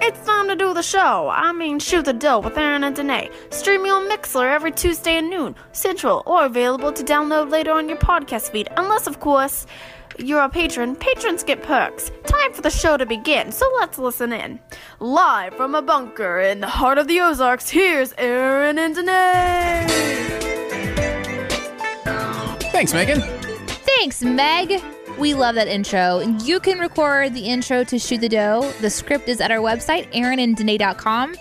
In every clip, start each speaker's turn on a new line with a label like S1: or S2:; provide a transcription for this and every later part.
S1: It's time to do the show. I mean, shoot the dough with Aaron and Danae. Stream me on Mixler every Tuesday at noon Central, or available to download later on your podcast feed, unless, of course, you're a patron. Patrons get perks. Time for the show to begin, so let's listen in. Live from a bunker in the heart of the Ozarks, here's Aaron and Danae.
S2: Thanks, Megan.
S3: Thanks, Meg. We love that intro. You can record the intro to Shoot the Dough. The script is at our website, aaronanddanae.com.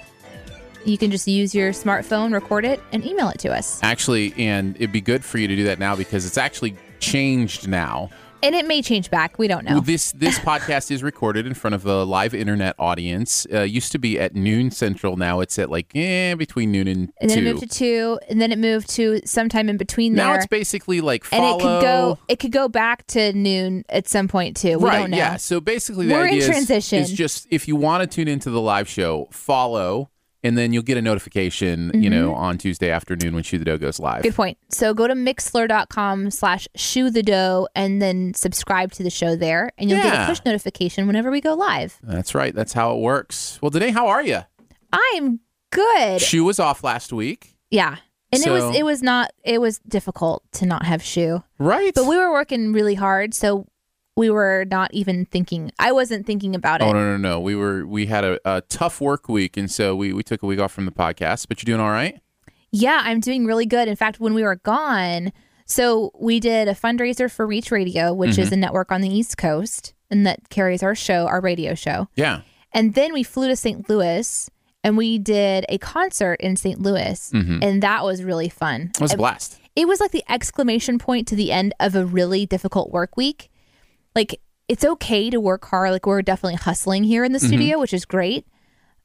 S3: You can just use your smartphone, record it, and email it to us.
S2: Actually, and it'd be good for you to do that now because it's actually changed now.
S3: And it may change back. We don't know.
S2: Well, This this podcast is recorded in front of the live internet audience. Uh, used to be at noon central. Now it's at like eh, between noon and,
S3: and then
S2: two.
S3: it moved to two, and then it moved to sometime in between
S2: now
S3: there.
S2: it's basically like
S3: and
S2: follow.
S3: it could go it could go back to noon at some point too. We
S2: right.
S3: don't know.
S2: Yeah. So basically, the
S3: We're in
S2: idea is-
S3: transition.
S2: is just if you want to tune into the live show, follow, and then you'll get a notification. You know, on Tuesday afternoon when Shoot the Dough goes live.
S3: Mm-hmm. Good point. So go to mixler.com slash shoe the dough and then subscribe to the show there and you'll get
S2: Yeah.
S3: a push notification whenever we go live.
S2: That's right. That's how it works. Well, today, how are you?
S3: I'm good.
S2: Shoe was off last week.
S3: Yeah. And it
S2: So-
S3: was it was not it was difficult to not have shoe.
S2: Right.
S3: But we were working really hard, so we were not even thinking I wasn't thinking about it.
S2: Oh no no no! We were we had a, a tough work week, and so we we took a week off from the podcast. But you're doing all right.
S3: Yeah, I'm doing really good. In fact, when we were gone, so we did a fundraiser for Reach Radio, which
S2: Mm-hmm.
S3: is a network on the East Coast and that carries our show, our radio show.
S2: Yeah.
S3: And then we flew to St. Louis and we did a concert in St. Louis. And that was really fun.
S2: It Mm-hmm. was a blast.
S3: It was like the exclamation point to the end of a really difficult work week. Like, it's okay to work hard. Like, we're definitely hustling here in the
S2: Mm-hmm.
S3: studio, which is great.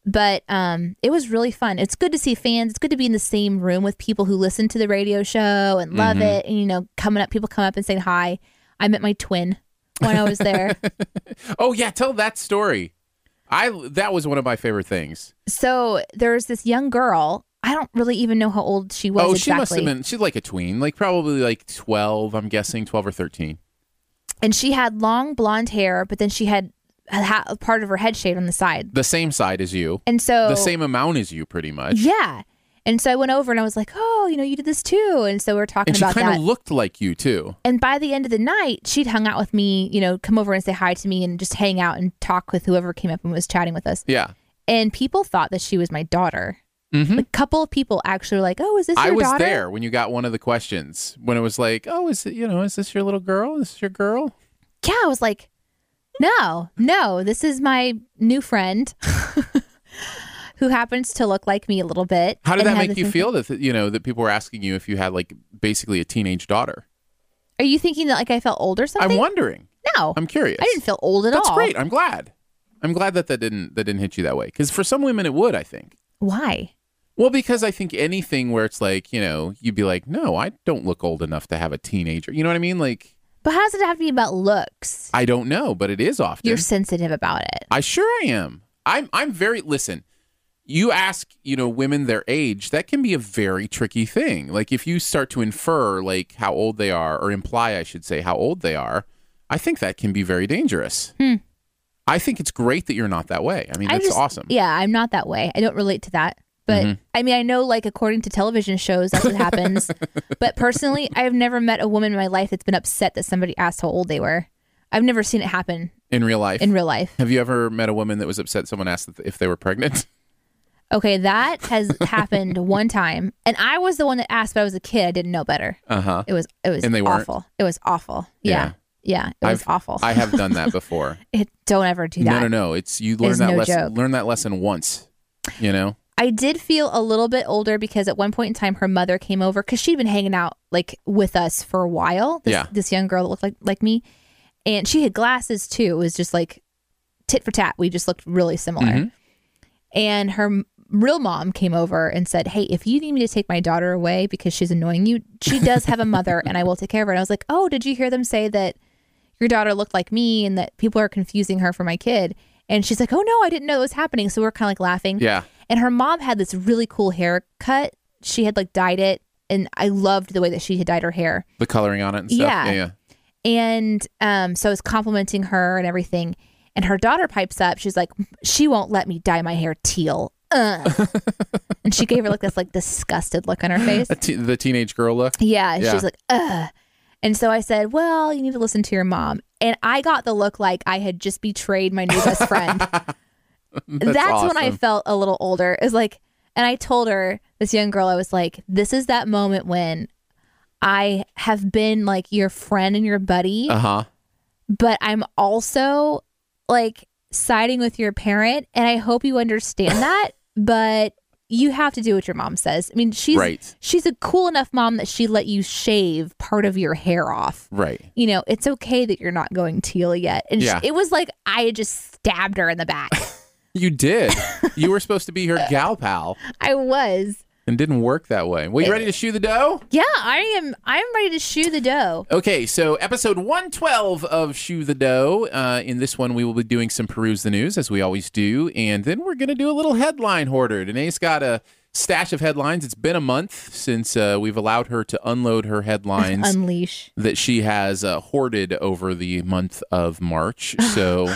S3: But um, it was really fun. It's good to see fans. It's good to be in the same room with people who listen to the radio show and love
S2: Mm-hmm.
S3: it. And, you know, coming up, people come up and saying hi. I met my twin when I was there.
S2: Oh yeah, tell that story. I that was one of my favorite things.
S3: So there's this young girl. I don't really even know how old she was
S2: oh, she
S3: exactly.
S2: must have been she's like a tween, like probably like twelve. I'm guessing twelve or thirteen.
S3: And she had long blonde hair, but then she had a, ha- a part of her head shaved on the side.
S2: The same side as you,
S3: And so
S2: the same amount as you, pretty much.
S3: Yeah. And so I went over and I was like, "Oh, you know, you did this too." And so we were talking
S2: And she
S3: about
S2: kind
S3: that.
S2: of looked like you too.
S3: and by the end of the night, she'd hung out with me, you know, come over and say hi to me and just hang out and talk with whoever came up and was chatting with us.
S2: Yeah.
S3: And people thought that she was my daughter.
S2: Mhm.
S3: A couple of people actually were like, "Oh, is this
S2: I
S3: your
S2: was
S3: daughter?"
S2: there when you got one of the questions when it was like, "Oh, is it you know is this your little girl? Is this your girl?"
S3: yeah, I was like, no, no, this is my new friend who happens to look like me a little bit.
S2: How did
S3: and
S2: that
S3: have
S2: make
S3: the
S2: you
S3: same-
S2: feel that you know that people were asking you if you had like basically a teenage daughter?
S3: Are you thinking that like I felt old or something?
S2: I'm wondering.
S3: no,
S2: I'm curious.
S3: I didn't feel old at
S2: That's
S3: all.
S2: great. I'm glad. I'm glad that that didn't that didn't hit you that way. Because for some women it would. I think.
S3: Why?
S2: Well, because I think anything where it's like you know you'd be like, no, I don't look old enough to have a teenager. You know what I mean? Like
S3: But how does it have to be about looks?
S2: I don't know, but it is often.
S3: You're sensitive about it.
S2: I sure I am. I'm I'm very listen. You ask, you know, women their age, that can be a very tricky thing. Like if you start to infer like how old they are or imply I should say how old they are, I think that can be very dangerous. I think it's great that you're not that way. I mean,
S3: Hmm. I
S2: that's
S3: just-
S2: awesome. Mm-hmm.
S3: Yeah, I'm not that way. I don't relate to that. But I mean, I know like according to television shows, that's what happens. but personally, I've never met a woman in my life that's been upset that somebody asked how old they were. I've never seen it happen
S2: In real life.
S3: in real life.
S2: Have you ever met a woman that was upset someone asked if they were pregnant?
S3: Okay, that has happened one time, and I was the one that asked, but I was a kid. I didn't know better.
S2: Uh-huh.
S3: It was it was
S2: And they weren't?
S3: awful. It was awful. Yeah, yeah, it was
S2: I've-
S3: awful.
S2: I have done that before.
S3: it don't ever do that.
S2: no, no, no. It's you learn
S3: is
S2: that
S3: no
S2: lesson
S3: joke.
S2: learn that lesson once, you know?
S3: I did feel a little bit older because at one point in time her mother came over because she'd been hanging out like with us for a while. This,
S2: Yeah.
S3: this young girl that looked like like me, and she had glasses
S2: Mm-hmm.
S3: too. It was just like tit for tat. We just looked really similar. And her m- real mom came over and said, Hey, if you need me to take my daughter away because she's annoying you, she does have a mother and I will take care of her. And I was like, Oh, did you hear them say that your daughter looked like me and that people are confusing her for my kid? And she's like, Oh no, I didn't know it was happening. So we're kind of like laughing.
S2: Yeah.
S3: And her mom had this really cool haircut. She had like dyed it. And I loved the way that she had dyed her hair.
S2: The coloring on it and stuff.
S3: Yeah.
S2: yeah.
S3: And um, so I was complimenting her and everything. And her daughter pipes up. She's like, she won't let me dye my hair teal. Ugh. and she gave her like this like disgusted look on her face.
S2: The te- the teenage girl look.
S3: Yeah. And
S2: Yeah.
S3: she's like, ugh. And so I said, well, you need to listen to your mom. And I got the look like I had just betrayed my new best friend.
S2: That's,
S3: when I
S2: awesome.
S3: felt a little older. It was like, and I told her, this young girl, I was like, this is that moment when I have been like your friend and your buddy
S2: Uh huh.
S3: but I'm also like siding with your parent and I hope you understand that, but you have to do what your mom says. I mean, she's
S2: Right.
S3: she's a cool enough mom that she let you shave part of your hair off.
S2: Right.
S3: You know, it's okay that you're not going teal yet. And she-
S2: Yeah.
S3: it was like I had just stabbed her in the back.
S2: You did. you were supposed to be her gal pal
S3: I was.
S2: and didn't work that way. Well, you ready to shoe the dough?
S3: Yeah, I am I'm ready to shoe the dough.
S2: Okay, so episode 112 of Shoe the Dough. Uh, in this one, we will be doing some Peruse the News, as we always do. And then we're going to do a little headline hoarder. Danae's got a stash of headlines. It's been a month since uh, we've allowed her to unload her headlines
S3: Unleash.
S2: that she has uh, hoarded over the month of March. So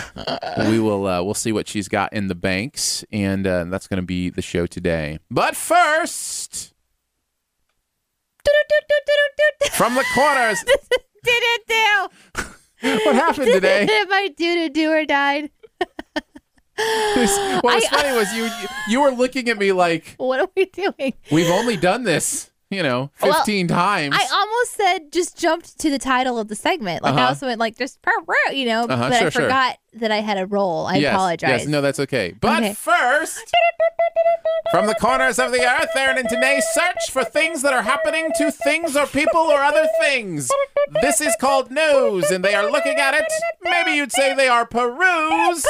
S2: we will uh, we'll see what she's got in the banks, and uh, that's going to be the show today. But first, from the corners,
S3: Did it do?
S2: what happened today?
S3: My do to do or died.
S2: What
S3: uh,
S2: was funny was you you were looking at me like
S3: What are we doing?
S2: we've only done this, you know,
S3: Well,
S2: fifteen times.
S3: I almost said just jumped to the title of the segment. Like I
S2: Uh-huh.
S3: also went like just "Rah, rah," you know,
S2: Uh-huh,
S3: but I
S2: sure, sure.
S3: forgot that I had a role. I
S2: yes,
S3: apologize.
S2: Yes, no, that's okay. But
S3: Okay.
S2: first, from the corners of the earth, Aaron and Danae search for things that are happening to things or people or other things. This is called news, and they are looking at it. Maybe you'd say they are perusing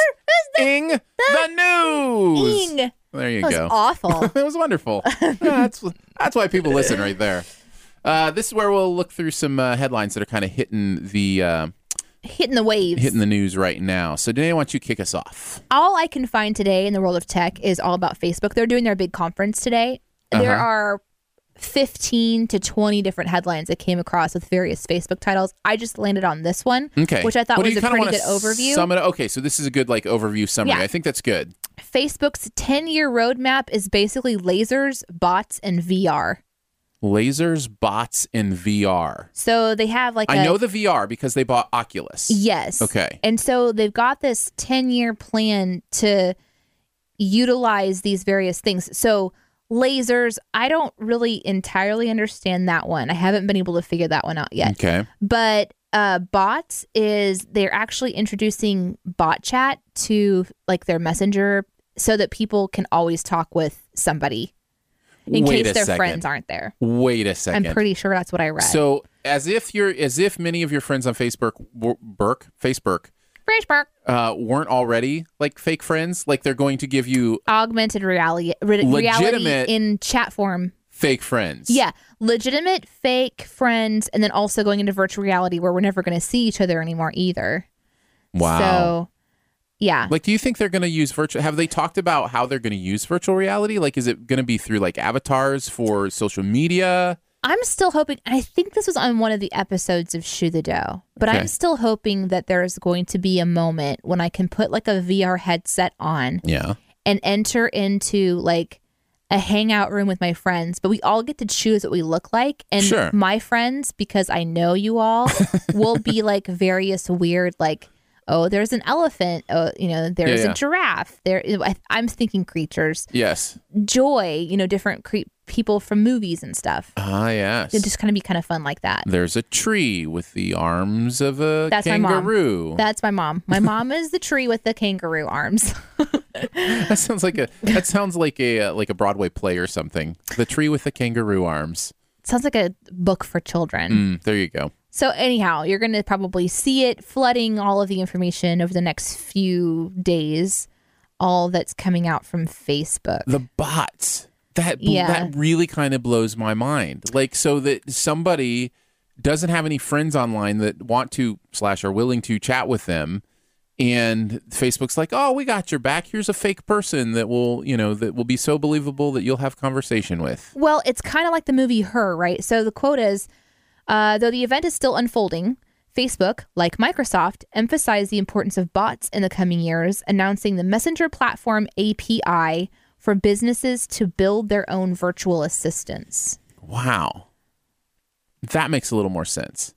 S2: the news.
S3: Ing.
S2: There you
S3: That was
S2: go.
S3: awful.
S2: It was wonderful. Yeah, that's that's why people listen right there. Uh, this is where we'll look through some uh, headlines that are kind of hitting the uh,
S3: Hitting the waves.
S2: hitting the news right now. So, Danae, why don't you kick us off?
S3: all I can find today in the world of tech is all about Facebook. They're doing their big conference today. There
S2: Uh-huh.
S3: are 15 to 20 different headlines that came across with various Facebook titles. I just landed on this one,
S2: Okay,
S3: which I thought
S2: Well, do
S3: was
S2: you
S3: a
S2: kinda
S3: pretty
S2: wanna
S3: good overview.
S2: Sum it up? Okay, so this is a good like overview summary.
S3: Yeah.
S2: I think that's good.
S3: Facebook's 10 year roadmap is basically lasers, bots, and VR.
S2: Lasers, bots, and VR.
S3: So they have like
S2: I
S3: a-
S2: know the VR because they bought Oculus.
S3: Yes.
S2: Okay.
S3: And so they've got this 10 year plan to utilize these various things. So lasers, I don't really entirely understand that one. I haven't been able to figure that one out yet.
S2: Okay.
S3: But uh, bots is they're actually introducing bot chat to like their messenger so that people can always talk with somebody in
S2: Wait
S3: case
S2: a
S3: their
S2: second.
S3: friends aren't there.
S2: Wait a
S3: i I'm
S2: second.
S3: pretty sure that's what I read.
S2: so, as if you're, as if many of your friends on Facebook, Burke, Facebook,
S3: Branch Park.
S2: uh, weren't already like fake friends, like they're going to give you
S3: augmented reality re- reality
S2: Legitimate-
S3: in chat form.
S2: fake friends.
S3: Yeah, legitimate, fake friends, and then also going into virtual reality where we're never going to see each other anymore either.
S2: Wow.
S3: So, yeah,
S2: like, do you think they're going to use virtual? Have they talked about how they're going to use virtual reality? Like, is it going to be through like avatars for social media?
S3: I'm still hoping. I think this was on one of the episodes of Shoe the Dough, but
S2: Okay.
S3: I'm still hoping that there is going to be a moment when I can put like a VR headset on
S2: Yeah.
S3: and enter into like a hangout room with my friends, but we all get to choose what we look like. And
S2: Sure.
S3: my friends, because I know you all, will be like various weird, like, oh, there's an elephant. Oh, you know, there's
S2: yeah.
S3: a giraffe. There, I, I'm thinking creatures.
S2: Yes.
S3: Joy, you know, different cre- people from movies and stuff.
S2: Ah, yes.
S3: It'd just kind of be kind of fun like that.
S2: There's a tree with the arms of a
S3: That's my mom.
S2: kangaroo.
S3: That's my mom. My mom is the tree with the kangaroo arms.
S2: That, sounds like a that sounds like a uh, like a Broadway play or something. The tree with the kangaroo arms.
S3: Sounds like a book for children.
S2: Mm, there you go.
S3: So anyhow, you're going to probably see it flooding all of the information over the next few days. all that's coming out from Facebook.
S2: the bots that bl-
S3: Yeah.
S2: that really kind of blows my mind like so that somebody doesn't have any friends online that want to slash are willing to chat with them and facebook's like oh we got your back here's a fake person that will you know that will be so believable that you'll have conversation with
S3: Well, it's kind of like the movie Her, right? So the quote is uh, Though the event is still unfolding, Facebook, like Microsoft, emphasized the importance of bots in the coming years, announcing the Messenger Platform API for businesses to build their own virtual assistants.
S2: wow that makes a little more sense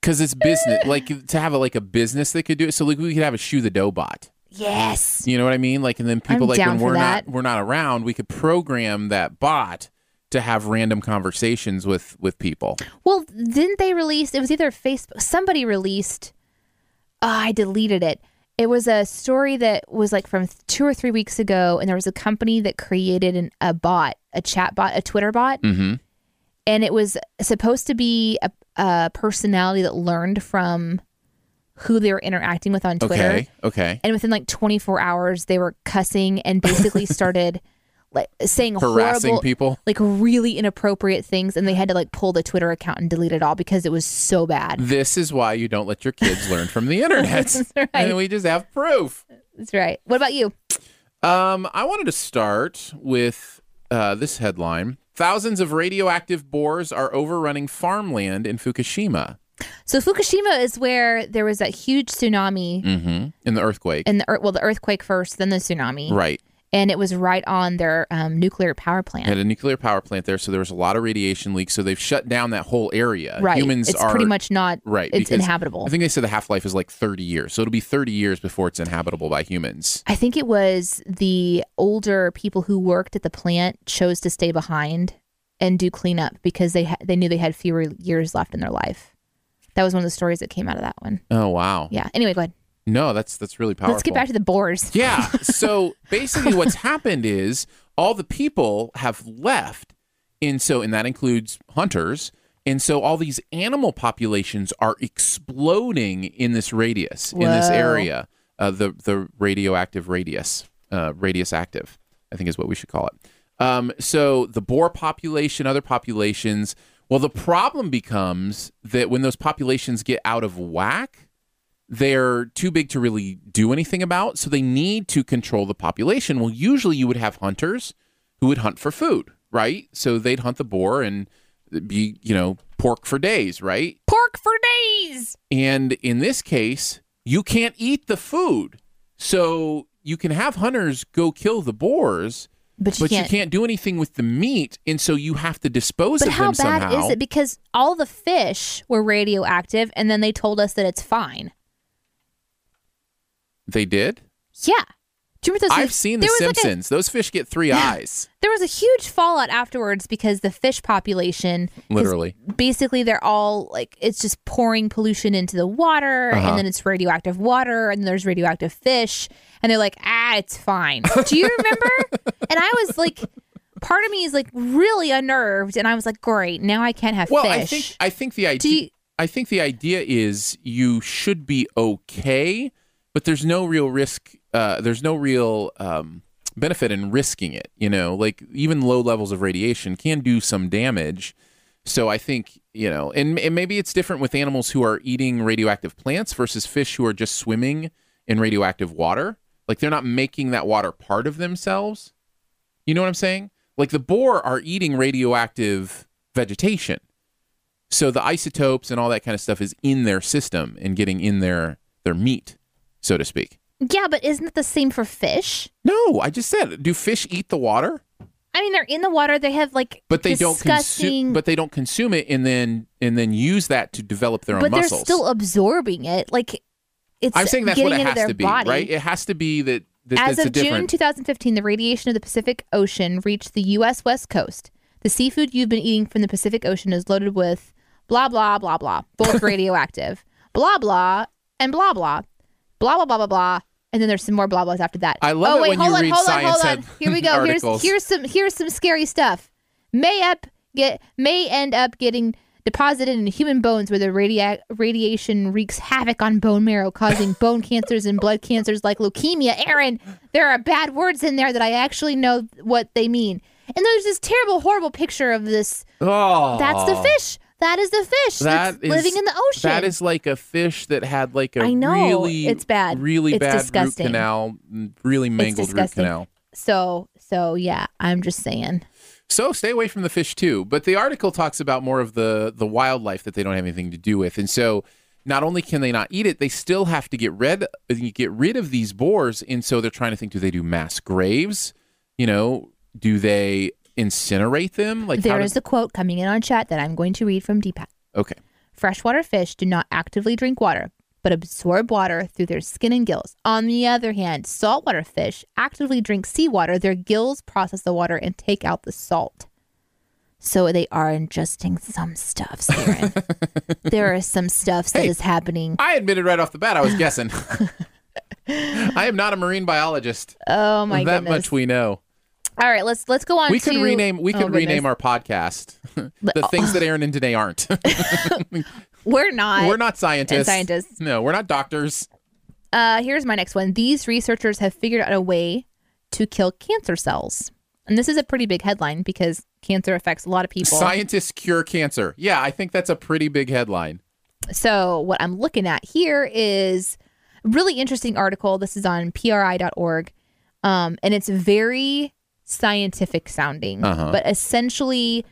S2: because it's business like to have a, like a business that could do it so like we could have a shoe the dough bot
S3: Yes.
S2: You know what I mean? Like, and then people
S3: I'm
S2: like when
S3: down for
S2: we're
S3: that.
S2: not we're not around, we could program that bot to have random conversations with with people.
S3: Well, didn't they release? It was either Facebook. Somebody released. Oh, I deleted it. It was a story that was like from two or three weeks ago, and there was a company that created an, a bot, a chat bot, a Twitter bot,
S2: Mm-hmm.
S3: and it was supposed to be a, a personality that learned from who they were interacting with on Twitter.
S2: Okay. Okay.
S3: And within like 24 hours, they were cussing and basically started like saying
S2: Harassing
S3: horrible,
S2: people.
S3: like really inappropriate things and they had to like pull the Twitter account and delete it all because it was so bad.
S2: This is why you don't let your kids learn from the internet.
S3: right.
S2: And we just have proof.
S3: That's right. What about you?
S2: Um, I wanted to start with uh, this headline: Thousands of radioactive boars are overrunning farmland in Fukushima.
S3: So Fukushima is where there was that huge tsunami
S2: Mm-hmm. In the earthquake.
S3: and the ear- well the earthquake first, then the tsunami.
S2: right.
S3: And it was right on their um, nuclear power plant.
S2: Had a nuclear power plant there, so there was a lot of radiation leaks. So they've shut down that whole area.
S3: right.
S2: uh, Humans
S3: it's
S2: are
S3: pretty much not
S2: Right.
S3: it's
S2: because
S3: inhabitable.
S2: I think they said the half life is like 30 years. So it'll be 30 years before it's inhabitable by humans.
S3: I think it was the older people who worked at the plant chose to stay behind and do cleanup because they ha- they knew they had fewer years left in their life. That was one of the stories that came out of that one.
S2: Oh, wow.
S3: Yeah. Anyway, go ahead.
S2: No, that's that's really powerful.
S3: Let's get back to the boars.
S2: Yeah. So basically, what's happened is all the people have left, and so and that includes hunters, and so all these animal populations are exploding in this radius, in this
S3: Whoa.
S2: area, uh, the the radioactive radius, uh, radius active, I think is what we should call it. Um, so the boar population, other populations. Well, the problem becomes that when those populations get out of whack, they're too big to really do anything about, so they need to control the population. Well, usually you would have hunters who would hunt for food, right? So they'd hunt the boar and it'd be, you know, pork for days, right?
S3: Pork for days.
S2: And in this case, you can't eat the food. So you can have hunters go kill the boars,
S3: But you
S2: but
S3: can't.
S2: you can't do anything with the meat, and so you have to dispose
S3: but
S2: of
S3: how
S2: them
S3: bad
S2: somehow.
S3: is it? Because all the fish were radioactive, and then they told us that it's fine.
S2: they did.
S3: Yeah. Do you remember those?
S2: I've seen The
S3: there was like a-
S2: Simpsons. Those fish get three eyes.
S3: there was a huge fallout afterwards because the fish population 'cause
S2: Literally.
S3: basically they're all like it's just pouring pollution into the water
S2: Uh-huh.
S3: and then it's radioactive water and there's radioactive fish and they're like ah it's fine do you remember and i was like part of me is like really unnerved and i was like great now i can't have
S2: Well,
S3: fish
S2: I think I think the idea
S3: you-
S2: I think the idea is you should be okay, but there's no real risk. Uh, there's no real um, benefit in risking it. You know, like even low levels of radiation can do some damage. So I think you know, and, and maybe it's different with animals who are eating radioactive plants versus fish who are just swimming in radioactive water. Like they're not making that water part of themselves. You know what I'm saying? Like the boar are eating radioactive vegetation. So the isotopes and all that kind of stuff is in their system and getting in their their meat, so to speak.
S3: yeah but isn't it the same for fish
S2: No, I just said do fish eat the water?
S3: i mean they're in the water they have like
S2: But they don't
S3: disgusting
S2: consume but they don't consume it and then and then use that to develop their own
S3: but
S2: muscles.
S3: they're still absorbing it like it's
S2: I'm saying that's
S3: getting
S2: what it
S3: into
S2: has
S3: their
S2: to be,
S3: body.
S2: right? It has to be that, that
S3: As
S2: that's a
S3: of June
S2: different
S3: 2015, the radiation of the Pacific Ocean reached the U.S. West Coast. The seafood you've been eating from the Pacific Ocean is loaded with blah, blah, blah, blah, both radioactive, blah, blah, and blah, blah, blah, blah, blah, blah, blah. And then there's some more blah blahs after that.
S2: I love
S3: oh,
S2: it
S3: wait,
S2: when you
S3: hold on,
S2: read
S3: hold on,
S2: science
S3: hold on.
S2: and
S3: Here we go. Here's
S2: articles.
S3: here's some here's some scary stuff. May up get may end up getting deposited in human bones where the radia- radiation wreaks havoc on bone marrow, causing bone cancers and blood cancers like leukemia. Aaron, there are bad words in there that I actually know what they mean. And there's this terrible, horrible picture of this.
S2: Oh,
S3: That's the fish. That is the fish
S2: That
S3: that's
S2: is-
S3: living in the ocean.
S2: That is like a fish that had like a
S3: I know.
S2: really
S3: It's bad.
S2: really
S3: It's
S2: bad
S3: disgusting.
S2: root canal, mm, really mangled root
S3: disgusting.
S2: canal.
S3: so, so yeah, I'm just saying.
S2: So stay away from the fish too. But the article talks about more of the the wildlife that they don't have anything to do with, and so not only can they not eat it, they still have to get rid get rid of these boars, and so they're trying to think: do they do mass graves? You know, do they incinerate them? Like how
S3: there
S2: do-
S3: is a quote coming in on chat that I'm going to read from Deepak.
S2: okay,
S3: Freshwater fish do not actively drink water, but absorb water through their skin and gills. On the other hand, saltwater fish actively drink seawater. Their gills process the water and take out the salt. So they are ingesting some stuffs, Aaron. there are some stuffs that
S2: Hey.
S3: is happening.
S2: I admitted right off the bat I was guessing. I am not a marine biologist.
S3: Oh my
S2: that
S3: goodness!
S2: much we know.
S3: All right, let's let's go on.
S2: We could
S3: to-
S2: rename we
S3: oh,
S2: could
S3: goodness. uh,
S2: rename our podcast. the things that Aaron and Danae aren't.
S3: We're not.
S2: we're not scientists.
S3: scientists.
S2: No, we're not doctors.
S3: Uh, here's my next one. These researchers have figured out a way to kill cancer cells. And this is a pretty big headline because cancer affects a lot of people.
S2: Scientists cure cancer. Yeah, I think that's a pretty big headline.
S3: So, what I'm looking at here is a really interesting article. This is on pri.org. Um, and it's very scientific sounding,
S2: Uh-huh.
S3: but essentially,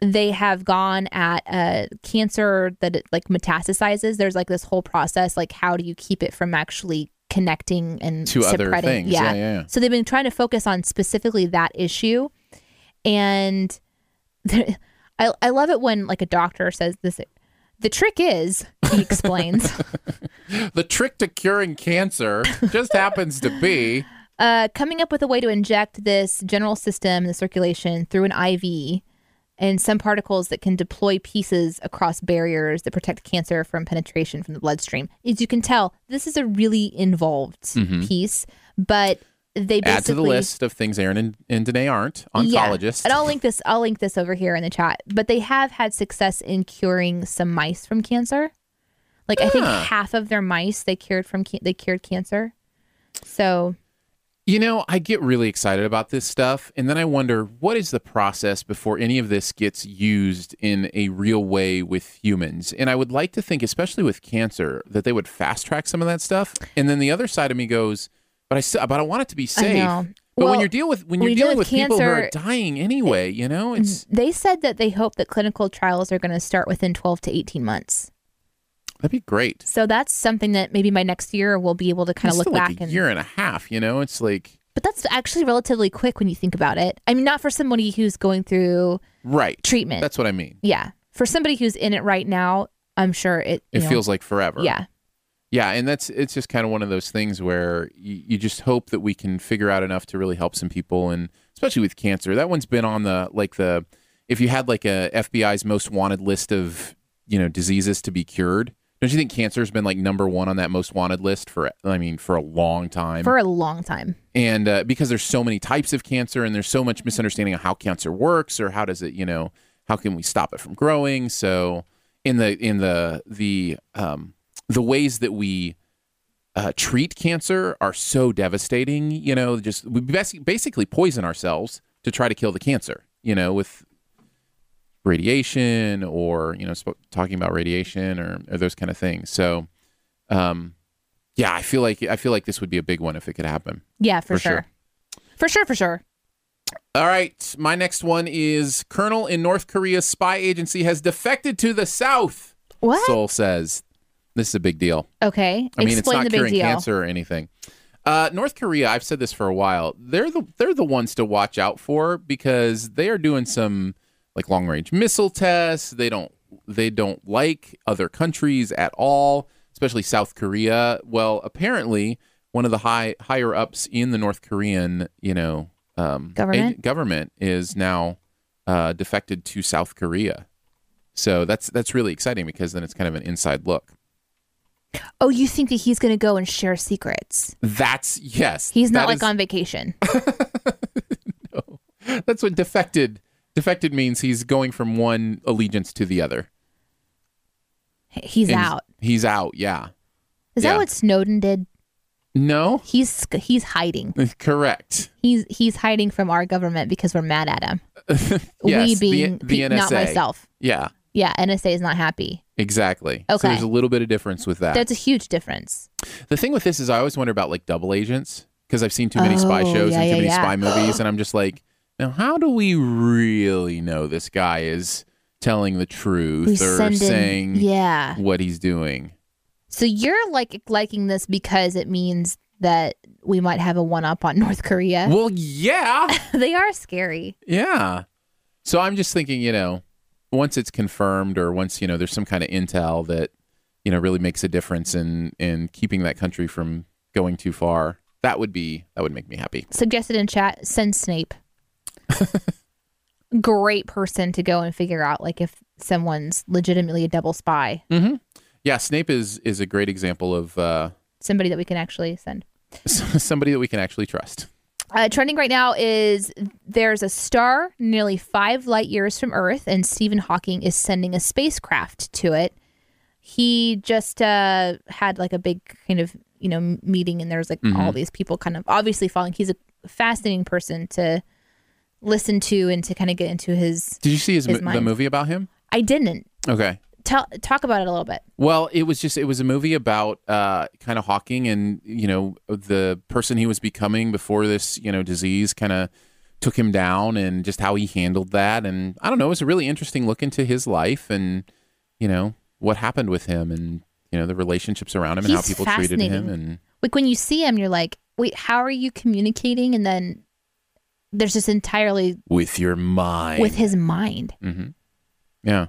S3: they have gone at a cancer that it, like metastasizes. There's like this whole process, like how do you keep it from actually connecting and
S2: To other
S3: spreading?
S2: things. Yeah, yeah, yeah.
S3: So they've been trying to focus on specifically that issue, and there- I I love it when like a doctor says this. The trick is, he explains,
S2: The trick to curing cancer just happens to be
S3: uh, coming up with a way to inject this general system in the circulation through an IV and some particles that can deploy pieces across barriers that protect cancer from penetration from the bloodstream. As you can tell, this is a really involved piece, but they basically
S2: Mm-hmm. add to the list of things Aaron and, and Danae aren't
S3: Yeah.
S2: oncologists.
S3: And I'll link this. I'll link this over here in the chat. But they have had success in curing some mice from cancer. Like I think
S2: Ah.
S3: half of their mice they cured from can- they cured cancer. So
S2: You know, I get really excited about this stuff, and then I wonder what is the process before any of this gets used in a real way with humans. And I would like to think, especially with cancer, that they would fast track some of that stuff. And then the other side of me goes, but I still, but I want it to be safe.
S3: know.
S2: But
S3: Well,
S2: when you're dealing with when
S3: when
S2: you're
S3: you deal
S2: dealing
S3: with
S2: with people who are
S3: cancer- Mm-hmm.
S2: dying anyway, you know, it's
S3: they said that they hope that clinical trials are going to start within 12 to 18 months.
S2: that'd be great.
S3: So that's something that maybe by next year we'll be able to kind
S2: It's
S3: of look
S2: still like
S3: back
S2: a
S3: and
S2: year and a half. You know, it's like
S3: But that's actually relatively quick when you think about it. I mean not for somebody who's going through
S2: right
S3: Treatment.
S2: That's what I mean.
S3: yeah, for somebody who's in it right now, I'm sure it you
S2: It
S3: know,
S2: feels like forever.
S3: Yeah.
S2: Yeah, and that's it's just kind of one of those things where you, you just hope that we can figure out enough to really help some people, and especially with cancer, that one's been on the like the if you had like a FBI's most wanted list of you know diseases to be cured, don't you think cancer's been like number one on that most wanted list for I mean for a long time,
S3: For a long time.
S2: and uh, because there's so many types of cancer and there's so much misunderstanding of how cancer works or how does it you know how can we stop it from growing so in the in the the um the ways that we uh, treat cancer are so devastating you know just we bas- basically poison ourselves to try to kill the cancer you know with radiation or you know sp- talking about radiation or, or those kind of things so um yeah i feel like i feel like this would be a big one if it could happen
S3: Yeah, for,
S2: For
S3: sure.
S2: sure.
S3: For sure, for sure.
S2: All right, my next one is Colonel in North Korea's spy agency has defected to the South.
S3: What?
S2: Seoul says this is a big deal.
S3: okay.
S2: I mean,
S3: Explain
S2: it's not
S3: the big
S2: curing
S3: deal.
S2: cancer or anything. Uh, North Korea, I've said this for a while. They're the they're the ones to watch out for because they are doing some like long range missile tests. They don't they don't like other countries at all, especially South Korea. Well, apparently one of the high higher ups in the North Korean you know um,
S3: Government?
S2: government is now uh, defected to South Korea. So that's that's really exciting because then it's kind of an inside look.
S3: Oh, you think that he's going to go and share secrets?
S2: That's yes.
S3: He's not
S2: that
S3: like
S2: is-
S3: on vacation.
S2: That's what defected. Defected means he's going from one allegiance to the other.
S3: he's
S2: And
S3: out.
S2: He's out. Yeah.
S3: Is
S2: yeah.
S3: that what Snowden did?
S2: No.
S3: He's he's hiding.
S2: Correct.
S3: He's he's hiding from our government because we're mad at him.
S2: Yes,
S3: we
S2: the-
S3: being
S2: the
S3: pe- not
S2: NSA.
S3: myself.
S2: Yeah.
S3: Yeah, NSA is not happy.
S2: Exactly. So
S3: Okay.
S2: there's a little bit of difference with that.
S3: That's a huge difference.
S2: the thing with this is I always wonder about like double agents because I've seen too many spy
S3: Oh,
S2: shows
S3: yeah,
S2: and too
S3: yeah,
S2: many
S3: yeah.
S2: spy movies, and I'm just like, now how do we really know this guy is telling the truth
S3: We
S2: or
S3: send in-
S2: saying
S3: yeah.
S2: what he's doing?
S3: So you're like liking this because it means that we might have a one up on North Korea.
S2: Well, yeah,
S3: they are scary.
S2: yeah. So I'm just thinking, you know, once it's confirmed or once you know there's some kind of intel that you know really makes a difference in in keeping that country from going too far, that would be that would make me happy.
S3: Suggested in chat, send Snape. Great person to go and figure out like if someone's legitimately a double spy.
S2: Mm. Yeah, Snape is is a great example of. uh
S3: Somebody that we can actually send.
S2: S- somebody that we can actually trust.
S3: Uh, trending right now is there's a star nearly five light years from Earth, and Stephen Hawking is sending a spacecraft to it. He just uh, had like a big kind of you know m- meeting, and there's like all these people kind of obviously following. He's a fascinating person to listen to and to kind of get into his.
S2: Did you see his,
S3: His
S2: mo- the
S3: mind.
S2: movie about him?
S3: I didn't
S2: Okay.
S3: tell talk about it a little bit.
S2: Well, it was just it was a movie about uh, kind of Hawking and you know the person he was becoming before this you know disease kind of took him down and just how he handled that and I don't know it was a really interesting look into his life and you know what happened with him and you know the relationships around him and how
S3: He's
S2: people treated him
S3: fascinating.
S2: and
S3: Like when you see him, you're like, wait, how are you communicating? And then there's just entirely
S2: with your mind
S3: with his mind.
S2: yeah.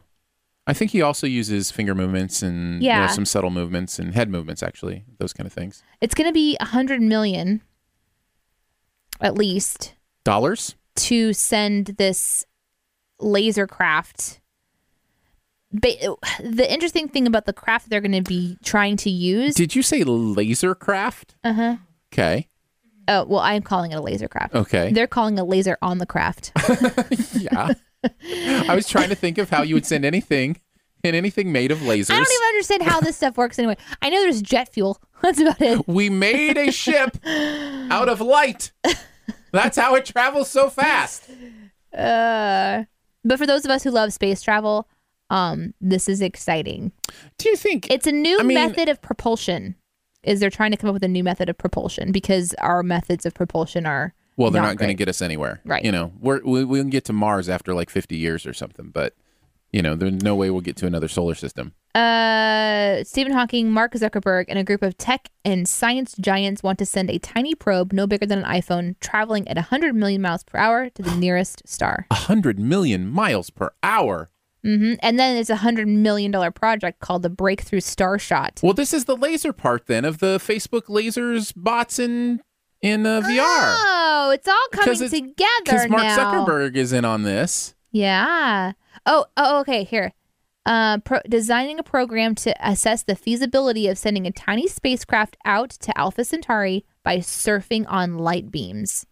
S2: I think he also uses finger movements and you know,
S3: Yeah.
S2: some subtle movements and head movements, actually, those kind of things.
S3: It's going to be a hundred million, at least,
S2: Dollars?
S3: to send this laser craft. Ba- the interesting thing about the craft they're going to be trying to use.
S2: Did you say laser craft?
S3: Uh huh.
S2: Okay.
S3: Oh well, I'm calling it a laser craft.
S2: Okay.
S3: They're calling a laser on the craft.
S2: yeah. I was trying to think of how you would send anything and anything made of lasers.
S3: I don't even understand how this stuff works anyway. I know there's jet fuel. That's about it.
S2: we made a ship out of light. That's how it travels so fast.
S3: Uh, but for those of us who love space travel, um, this is exciting.
S2: Do you think
S3: It's a new
S2: I mean-
S3: method of propulsion. Is they're trying to come up with a new method of propulsion because our methods of propulsion are
S2: Well, they're not, going to
S3: great.
S2: get us anywhere.
S3: Right.
S2: You know, we're, we we can get to Mars after like 50 years or something, but you know, there's no way we'll get to another solar system.
S3: Uh, Stephen Hawking, Mark Zuckerberg, and a group of tech and science giants want to send a tiny probe no bigger than an iPhone traveling at 100 million miles per hour to the nearest star.
S2: 100 million miles per hour.
S3: hmm And then it's a $100 million project called the Breakthrough Star Shot.
S2: Well, this is the laser part then of the Facebook lasers bots in in uh, VR
S3: Oh, it's all coming
S2: Because it's-
S3: together
S2: because Mark
S3: now.
S2: Zuckerberg is in on this.
S3: Yeah. Oh, oh okay, here. Uh, pro- designing a program to assess the feasibility of sending a tiny spacecraft out to Alpha Centauri by surfing on light beams.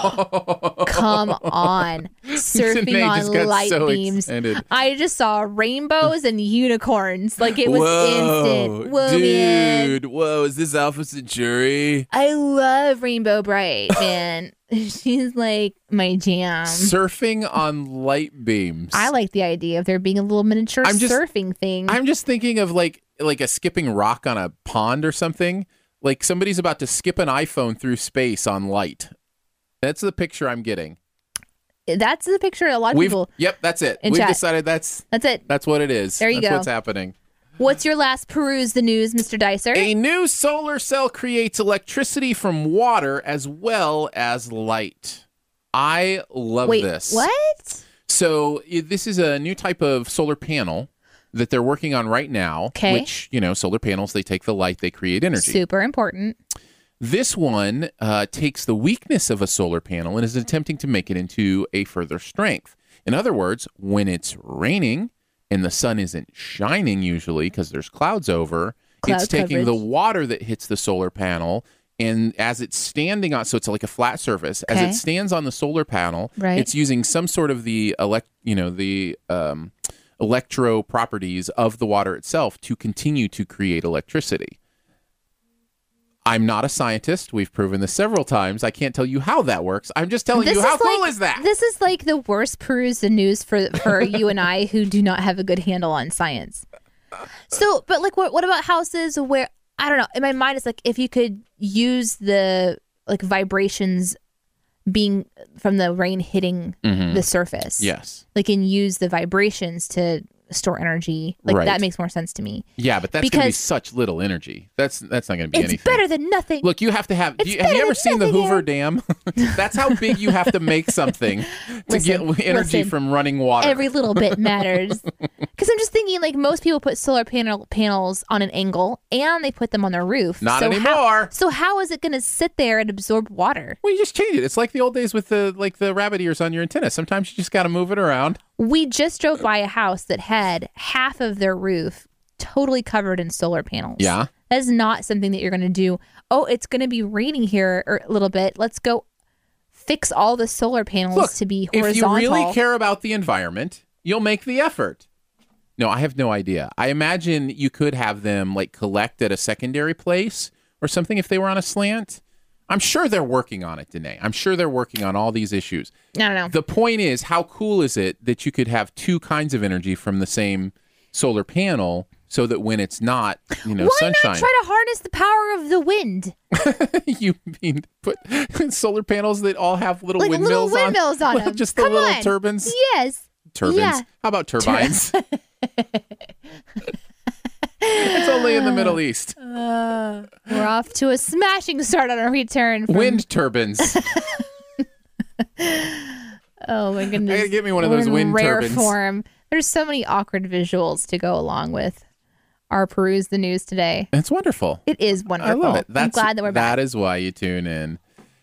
S3: Come on. Surfing
S2: Sinead
S3: on
S2: just got
S3: light
S2: so
S3: beams.
S2: excited.
S3: I just saw rainbows and unicorns. Like it was instant. Whoa, man.
S2: Whoa, is this Alpha Centauri?
S3: I love Rainbow Bright, man. She's like my jam.
S2: Surfing on light beams.
S3: Um, I like the idea of there being a little miniature
S2: I'm just-
S3: surfing thing.
S2: I'm just thinking of like like a skipping rock on a pond or something. Like somebody's about to skip an iPhone through space on light. That's the picture I'm getting.
S3: that's the picture a lot of
S2: We've
S3: people.
S2: yep, that's it.
S3: In
S2: We've
S3: chat.
S2: decided that's
S3: That's it.
S2: that's what it is.
S3: There you
S2: that's
S3: go.
S2: What's happening?
S3: What's your last peruse the news, Mr. Dicer?
S2: A new solar cell creates electricity from water as well as light. I love
S3: Wait,
S2: this.
S3: what?
S2: So i- this is a new type of solar panel that they're working on right now.
S3: 'Kay.
S2: Which you know, solar panels they take the light, they create energy.
S3: Super important.
S2: This one uh, takes the weakness of a solar panel and is attempting to make it into a further strength. In other words, when it's raining and the sun isn't shining usually because there's clouds over,
S3: Cloud
S2: it's taking
S3: coverage.
S2: the water that hits the solar panel and as it's standing on so it's like a flat surface
S3: Okay.
S2: as it stands on the solar panel
S3: Right.
S2: it's using some sort of the elect you know the um, electro properties of the water itself to continue to create electricity. I'm not a scientist. We've proven this several times. I can't tell you how that works. I'm just telling you how cool
S3: like,
S2: is that?
S3: This is like the worst peruse the news for for you and I who do not have a good handle on science. So, but like, what what about houses where I don't know? In my mind, it's like if you could use the like vibrations being from the rain hitting
S2: Mm-hmm.
S3: the surface,
S2: yes.
S3: like and use the vibrations to store energy. Like
S2: Right.
S3: that makes more sense to me.
S2: Yeah, but that's going to be
S3: Because-
S2: such little energy. That's that's not going to be
S3: It's
S2: anything.
S3: better than nothing.
S2: Look, you have to have. Do you, have you
S3: better
S2: ever
S3: than
S2: seen the
S3: nothing,
S2: Hoover Dam? That's how big you have to make something to
S3: Listen,
S2: get energy
S3: listen.
S2: from running water.
S3: every little bit matters. Because I'm just thinking, like most people put solar panel panels on an angle, and they put them on their roof.
S2: Not
S3: so
S2: anymore.
S3: How, so how is it going to sit there and absorb water?
S2: well, you just change it. It's like the old days with the like the rabbit ears on your antenna. Sometimes you just got to move it around.
S3: We just drove by a house that had half of their roof totally covered in solar panels.
S2: Yeah.
S3: that is not something that you're going to do. Oh, it's going to be raining here or a little bit. Let's go fix all the solar panels
S2: Look,
S3: to be
S2: if you
S3: horizontal.
S2: really care about the environment, you'll make the effort. No, I have no idea. I imagine you could have them like collect at a secondary place or something if they were on a slant. I'm sure they're working on it, Danae. I'm sure they're working on all these issues.
S3: I don't know.
S2: The point is, how cool is it that you could have two kinds of energy from the same solar panel so that when it's not, you know,
S3: Why
S2: sunshine,
S3: not try to harness the power of the wind?
S2: you mean put solar panels that all have little
S3: Like little
S2: windmills,
S3: windmills
S2: on,
S3: on
S2: Well,
S3: them.
S2: just the
S3: Come
S2: little
S3: on.
S2: turbines?
S3: Yes.
S2: Turbines.
S3: Yeah.
S2: How about turbines? it's only in the Middle East.
S3: Oh, We're off to a smashing start on our return. From,
S2: Wind turbines.
S3: Oh my goodness!
S2: I gotta get me one of those
S3: in
S2: wind
S3: rare
S2: turbines.
S3: form. There's so many awkward visuals to go along with our peruse the news today.
S2: That's wonderful.
S3: It is
S2: I
S3: wonderful.
S2: love it.
S3: I'm
S2: That's,
S3: glad that we're back.
S2: That is why you tune in.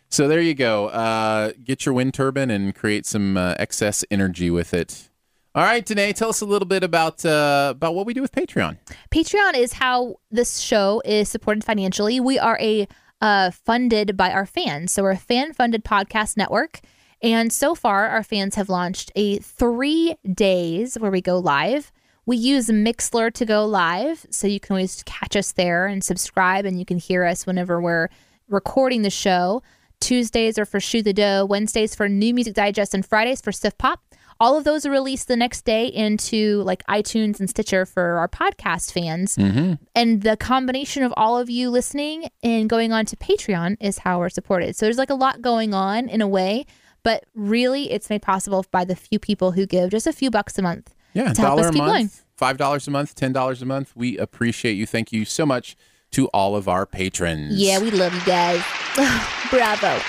S2: So there you go. Uh, get your wind turbine and create some uh, excess energy with it. All right, Danae, tell us a little bit about uh, about what we do with Patreon.
S3: Patreon is how this show is supported financially. We are a uh, funded by our fans, so we're a fan-funded podcast network. And so far, our fans have launched a three days where we go live. We use Mixler to go live, so you can always catch us there and subscribe, and you can hear us whenever we're recording the show. Tuesdays are for Shoe the Dough, Wednesdays for New Music Digest, and Fridays for Stiff Pop. All of those are released the next day into like iTunes and Stitcher for our podcast fans.
S2: Mm-hmm.
S3: And the combination of all of you listening and going on to Patreon is how we're supported. So there's like a lot going on in a way, but really it's made possible by the few people who give just a few bucks a month
S2: Yeah,
S3: to help us
S2: dollar a
S3: keep
S2: month,
S3: going.
S2: five dollars a month, ten dollars a month. We appreciate you. Thank you so much to all of our patrons.
S3: Yeah, we love you guys. Bravo.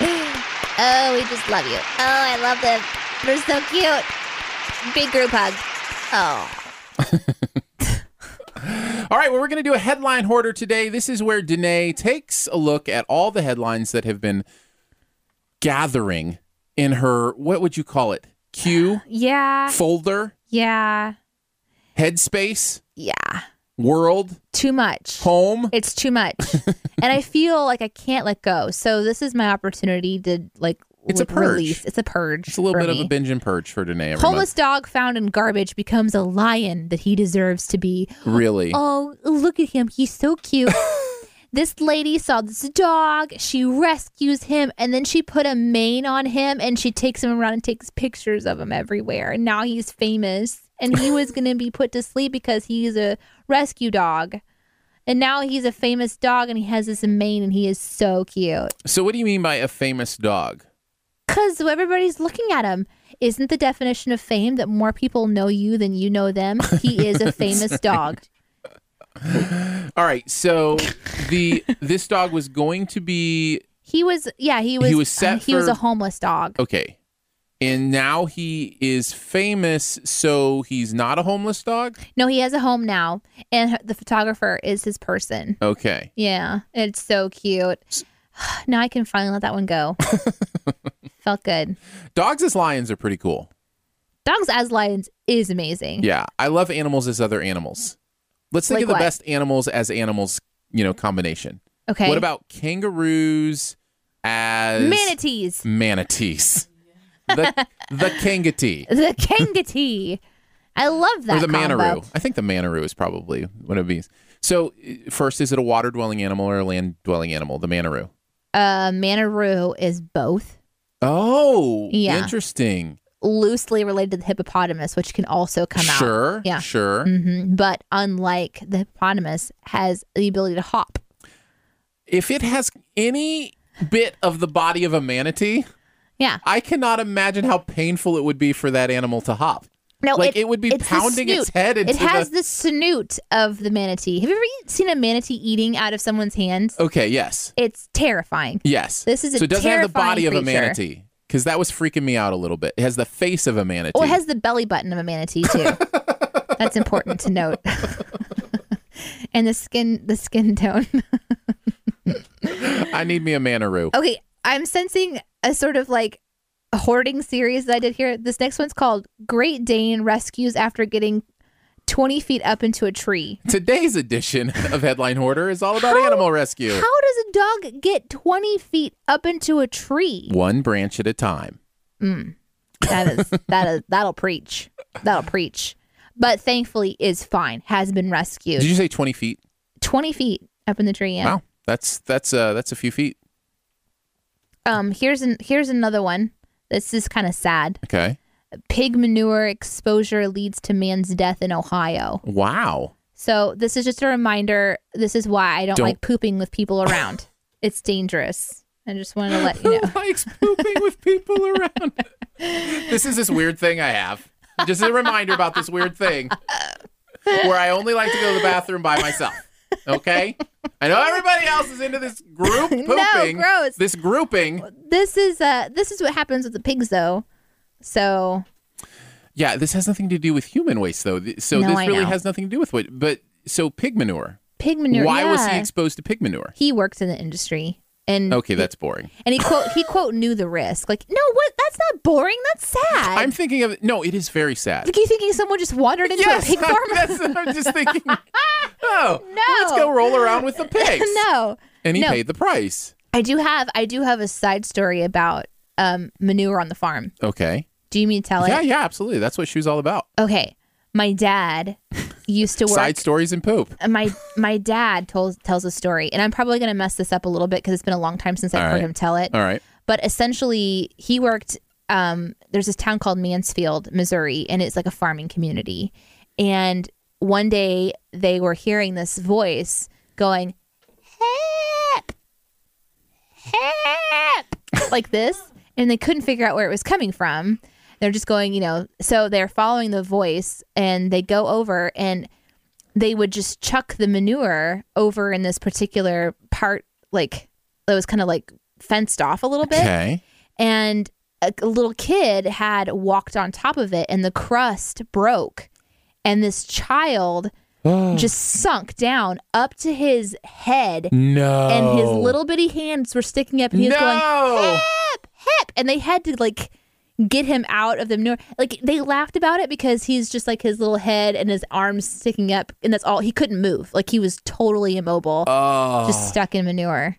S3: Oh, we just love you. Oh, I love them. They're so cute. Big group hug. Oh.
S2: All right, well, we're going to do a headline hoarder today. This is where Danae takes a look at all the headlines that have been gathering in her, what would you call it? Queue,
S3: Yeah.
S2: folder,
S3: Yeah.
S2: headspace,
S3: Yeah.
S2: world,
S3: Too much.
S2: home.
S3: It's too much. and I feel like I can't let go. So this is my opportunity to like
S2: It's a
S3: like,
S2: purge.
S3: release. It's a purge.
S2: It's a little
S3: for
S2: bit
S3: me.
S2: of a binge and purge for Danae every
S3: Homeless dog found in garbage becomes a lion that he deserves to be.
S2: month. Really?
S3: Oh, look at him. He's so cute. this lady saw this dog. She rescues him and then she put a mane on him and she takes him around and takes pictures of him everywhere. And now he's famous. And he was going to be put to sleep because he's a rescue dog. And now he's a famous dog and he has this mane and he is so cute.
S2: So, what do you mean by a famous dog?
S3: Because everybody's looking at him. Isn't the definition of fame that more people know you than you know them? He is a famous dog.
S2: All right, so the this dog was going to be
S3: He was, yeah, he was.
S2: He was set
S3: uh, he was
S2: for-
S3: a homeless dog.
S2: okay. And now he is famous, so he's not a homeless dog?
S3: No, he has a home now, and her- the photographer is his person.
S2: Okay.
S3: Yeah, it's so cute. now I can finally let that one go. Felt good.
S2: Dogs as lions are pretty cool.
S3: Dogs as lions is amazing.
S2: Yeah, I love animals as other animals. Let's think
S3: Like
S2: of the
S3: what?
S2: best animals as animals, you know, combination.
S3: Okay.
S2: What about kangaroos as
S3: manatees?
S2: manatees? The the kangatee.
S3: The kangatee. I love that.
S2: or the
S3: combo.
S2: manaroo. I think the manaroo is probably what it means. So, i- first, is it a water dwelling animal or a land dwelling animal? The manaroo.
S3: Uh, manaroo is both
S2: Oh,
S3: Yeah.
S2: interesting.
S3: loosely related to the hippopotamus, which can also come out.
S2: sure,
S3: Yeah.
S2: sure.
S3: hmm But unlike the hippopotamus, has the ability to hop.
S2: If it has any bit of the body of a manatee,
S3: Yeah.
S2: I cannot imagine how painful it would be for that animal to hop.
S3: No,
S2: Like, it would be
S3: it's the
S2: pounding its
S3: snoot.
S2: head into
S3: It has
S2: the-
S3: the... snoot of the manatee. Have you ever e- seen a manatee eating out of someone's hands?
S2: Okay, yes,
S3: It's terrifying.
S2: yes.
S3: This is a
S2: so it doesn't have the
S3: terrifying
S2: body of a
S3: creature.
S2: manatee because that was freaking me out a little bit. It has the face of a manatee.
S3: Well, it has the belly button of a manatee too. That's important to note. and the skin, the skin tone.
S2: I need me a manaroo.
S3: okay, I'm sensing a sort of like hoarding series that I did here. This next one's called Great Dane Rescues After Getting 20 Feet Up Into a Tree.
S2: Today's edition of Headline Hoarder is all about animal rescue.
S3: How does a dog get 20 feet up into a tree?
S2: One branch at a time.
S3: That is that is that'll preach. That'll preach. But thankfully is fine. Has been rescued.
S2: Did you say 20 feet?
S3: 20 feet up in the tree. Yeah.
S2: Wow, that's that's uh that's a few feet.
S3: Um, here's an here's another one. This is kind of sad.
S2: Okay.
S3: Pig manure exposure leads to man's death in Ohio.
S2: Wow.
S3: So this is just a reminder. This is why I don't,
S2: Don't-
S3: like pooping with people around. it's dangerous. I just wanted to let you know.
S2: Who likes pooping with people around? this is this weird thing I have. Just a reminder about this weird thing where I only like to go to the bathroom by myself. Okay? I know everybody else is into this group pooping.
S3: gross.
S2: This grouping.
S3: This is uh this is what happens with the pigs though. So
S2: Yeah, this has nothing to do with human waste though. Th- So
S3: No,
S2: this
S3: I
S2: really
S3: know.
S2: has nothing to do with what but so pig manure.
S3: pig manure.
S2: Why was he Oh,
S3: yeah.
S2: exposed to pig manure?
S3: he works in the industry and
S2: Okay, that's boring.
S3: and he quote he quote knew the risk like no what that's not boring that's sad
S2: I'm thinking of no, it is very sad.
S3: like you thinking someone just wandered into a pig farm
S2: that's, I'm just thinking. Oh,
S3: No.
S2: let's go roll around with the pigs.
S3: no
S2: and he
S3: no.
S2: paid the price.
S3: i do have i do have a side story about um manure on the farm
S2: Okay.
S3: do you mean to tell
S2: yeah,
S3: it
S2: yeah, absolutely. That's what she was all about.
S3: okay my dad used to work
S2: Side stories and poop.
S3: And my my dad tells tells a story and i'm probably going to mess this up a little bit because it's been a long time since i've
S2: All
S3: heard
S2: right.
S3: him tell it
S2: All right.
S3: but essentially he worked um, there's this town called mansfield missouri and it's like a farming community and one day they were hearing this voice going help help like this and they couldn't figure out where it was coming from they're just going you know so they're following the voice and they go over and they would just chuck the manure over in this particular part like that was kind of like fenced off a little bit
S2: Okay.
S3: and a, a little kid had walked on top of it and the crust broke and this child
S2: Hmm.
S3: just sunk down up to his head
S2: No.
S3: and his little bitty hands were sticking up and he was going
S2: No.
S3: hip hip and they had to like get him out of the manure like they laughed about it because he's just like his little head and his arms sticking up and that's all he couldn't move like he was totally immobile
S2: Oh.
S3: just stuck in manure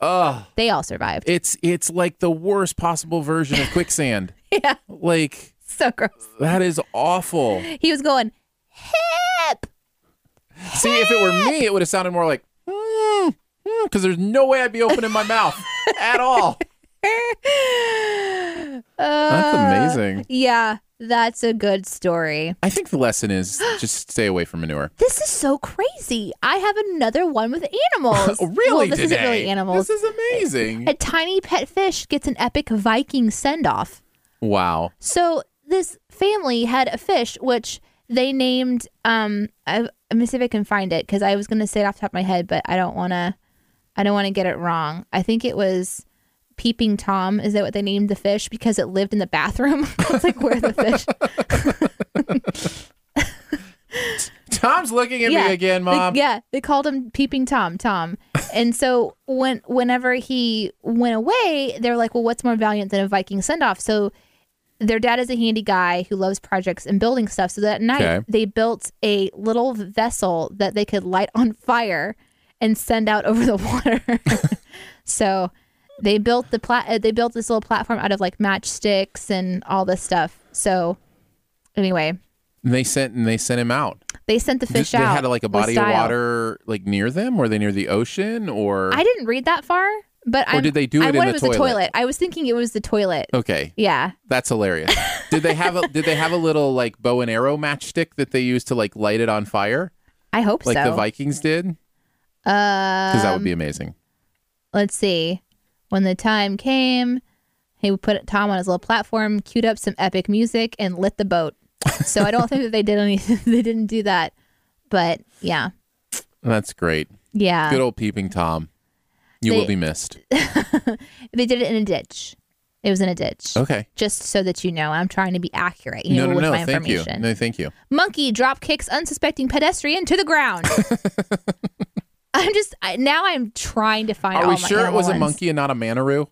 S2: oh.
S3: they all survived
S2: It's it's like the worst possible version of quicksand.
S3: yeah
S2: like
S3: so gross
S2: that is awful.
S3: he was going hip
S2: See, if it were me, it would have sounded more like because there's no way I'd be opening my mouth at all. That's amazing.
S3: yeah that's a good story
S2: I think the lesson is just stay away from manure.
S3: this is so crazy i have another one with animals
S2: Oh, really?
S3: well, this isn't
S2: today?
S3: really animals
S2: This is amazing.
S3: a tiny pet fish gets an epic viking send-off
S2: wow.
S3: So this family had a fish which they named um I, let me see if I can find it because I was gonna say it off the top of my head, but I don't wanna I don't wanna get it wrong. I think it was Peeping Tom, is that what they named the fish? Because it lived in the bathroom. It's like where the fish
S2: Tom's looking at me again,
S3: They-
S2: Mom.
S3: yeah, they called him Peeping Tom. Tom, and so when whenever he went away, they're like, "Well, what's more valiant than a Viking send off?" So their dad is a handy guy who loves projects and building stuff. So that night,
S2: Okay.
S3: they built a little vessel that they could light on fire and send out over the water. so they built the plat. uh, They built this little platform out of like matchsticks and all this stuff. So anyway,
S2: And they sent and they sent him out.
S3: They sent the
S2: Th-
S3: fish
S2: they
S3: out.
S2: had like a
S3: with
S2: body of
S3: style.
S2: water like near them. Were they near the ocean or?
S3: I didn't read that far, but I
S2: did they do it
S3: I
S2: in
S3: wanted
S2: the
S3: it was
S2: toilet? Oh.
S3: I was thinking it was the toilet.
S2: okay,
S3: Yeah,
S2: that's hilarious. did they have a Did they have a little like bow and arrow matchstick that they used to like light it on fire
S3: I hope
S2: like
S3: so. Um,
S2: the Vikings did? Because that would be amazing.
S3: let's see. When the time came, he would put Tom on his little platform, queued up some epic music, and lit the boat. So I don't think that they did anything. They didn't do that, but yeah,
S2: That's great.
S3: yeah,
S2: Good old peeping Tom. You
S3: They-
S2: will be missed.
S3: they did it in a ditch. It was in a ditch.
S2: Okay.
S3: Just so that you know, I'm trying to be accurate. You
S2: no,
S3: know,
S2: no,
S3: with
S2: no.
S3: my
S2: Thank you.
S3: information.
S2: No, thank you.
S3: monkey drop kicks unsuspecting pedestrian to the ground. I'm just I, now I'm trying to find.
S2: Are
S3: all
S2: we
S3: my
S2: sure it
S3: animal
S2: was a
S3: ones.
S2: monkey and not a manaroo?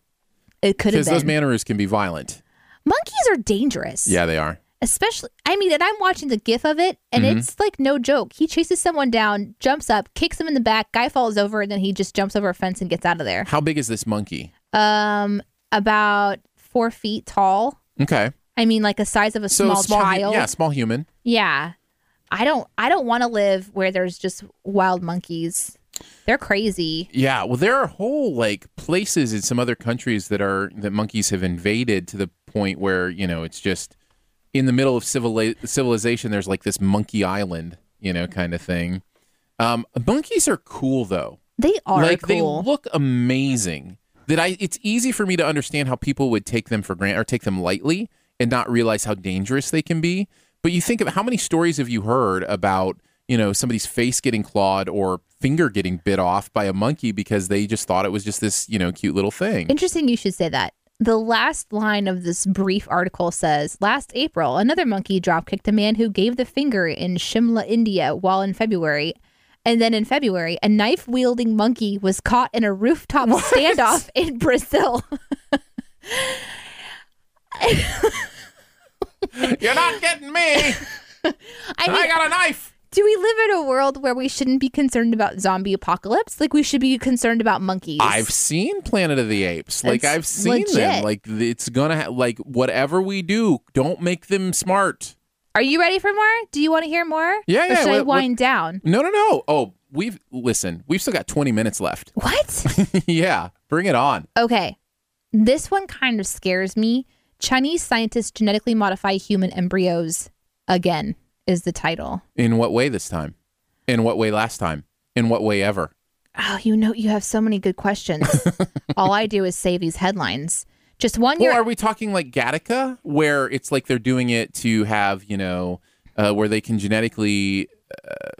S3: It could have
S2: Because
S3: been.
S2: those manaroos can be violent.
S3: Monkeys are dangerous.
S2: Yeah, they are.
S3: especially. I mean, and I'm watching the GIF of it, and
S2: Mm-hmm.
S3: it's like no joke. He chases someone down, jumps up, kicks him in the back. Guy falls over, and then he just jumps over a fence and gets out of there.
S2: How big is this monkey?
S3: Um, about four feet tall.
S2: Okay.
S3: I mean, like the size of a
S2: So
S3: small,
S2: hu-
S3: child.
S2: yeah, small human.
S3: Yeah. I don't I don't want to live where there's just wild monkeys. They're crazy.
S2: Yeah. Well, there are whole like places in some other countries that are that monkeys have invaded to the point where you know it's just in the middle of civili- civilization. There's like this monkey island, you know, kind of thing. Um, monkeys are cool though.
S3: They are
S2: like
S3: cool.
S2: they look amazing. That I, it's easy for me to understand how people would take them for granted or take them lightly and not realize how dangerous they can be. But you think of how many stories have you heard about you know somebody's face getting clawed or finger getting bit off by a monkey because they just thought it was just this you know cute little thing.
S3: Interesting you should say that. The last line of this brief article says, "Last April, another monkey dropkicked a man who gave the finger in Shimla, India, while in February." And then in February, a knife wielding monkey was caught in a rooftop standoff in Brazil.
S2: You're not getting me.
S3: I mean,
S2: got a knife.
S3: do we live in a world where we shouldn't be concerned about zombie apocalypse? Like we should be concerned about monkeys.
S2: I've seen Planet of the Apes. Like
S3: It's
S2: I've seen them.
S3: legit.
S2: Like it's gonna ha- like whatever we do, don't make them smart.
S3: Are you ready for more? Do you want to hear more?
S2: Yeah,
S3: or
S2: yeah,
S3: Should I
S2: what- what-
S3: wind down?
S2: No, no, no. Oh, we've listen. We've still got twenty minutes left.
S3: What?
S2: yeah, bring it on.
S3: okay. This one kind of scares me. Chinese scientists genetically modify human embryos again is the title.
S2: In what way this time? In what way last time? In what way ever?
S3: Oh, you know you have so many good questions. All I do is save these headlines. Just one year
S2: Well, are we talking like Gattaca, where it's like they're doing it to have you know, uh, where they can genetically uh,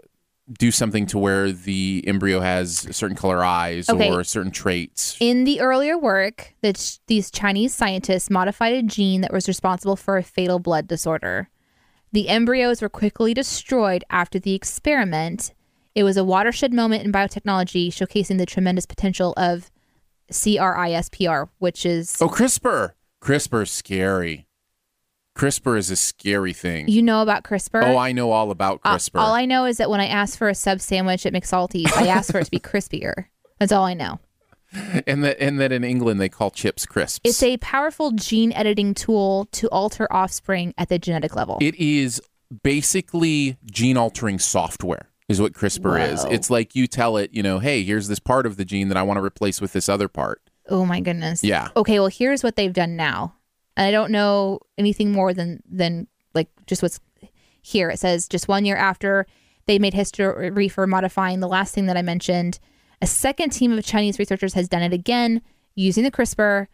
S2: do something to where the embryo has certain color eyes
S3: Okay.
S2: or certain traits?
S3: In the earlier work, that sh- these Chinese scientists modified a gene that was responsible for a fatal blood disorder. The embryos were quickly destroyed after the experiment. It was a watershed moment in biotechnology, showcasing the tremendous potential of CRISPR, which is
S2: Oh, CRISPR. CRISPR's scary. CRISPR is a scary thing.
S3: you know about CRISPR.
S2: oh, I know all about
S3: Uh,
S2: CRISPR.
S3: all I know is that when I asked for a sub sandwich at McSalty's, I asked for it to be crispier. That's all I know.
S2: and that and that in England they call chips crisps.
S3: It's a powerful gene editing tool to alter offspring at the genetic level.
S2: it is basically gene altering software is what CRISPR is.
S3: Whoa.
S2: It's like you tell it, you know, hey, here's this part of the gene that I want to replace with this other part.
S3: Oh my goodness.
S2: Yeah.
S3: Okay, well here's what they've done now. And I don't know anything more than than like just what's here. It says just one year after they made history for modifying the last thing that I mentioned, a second team of Chinese researchers has done it again using the CRISPR.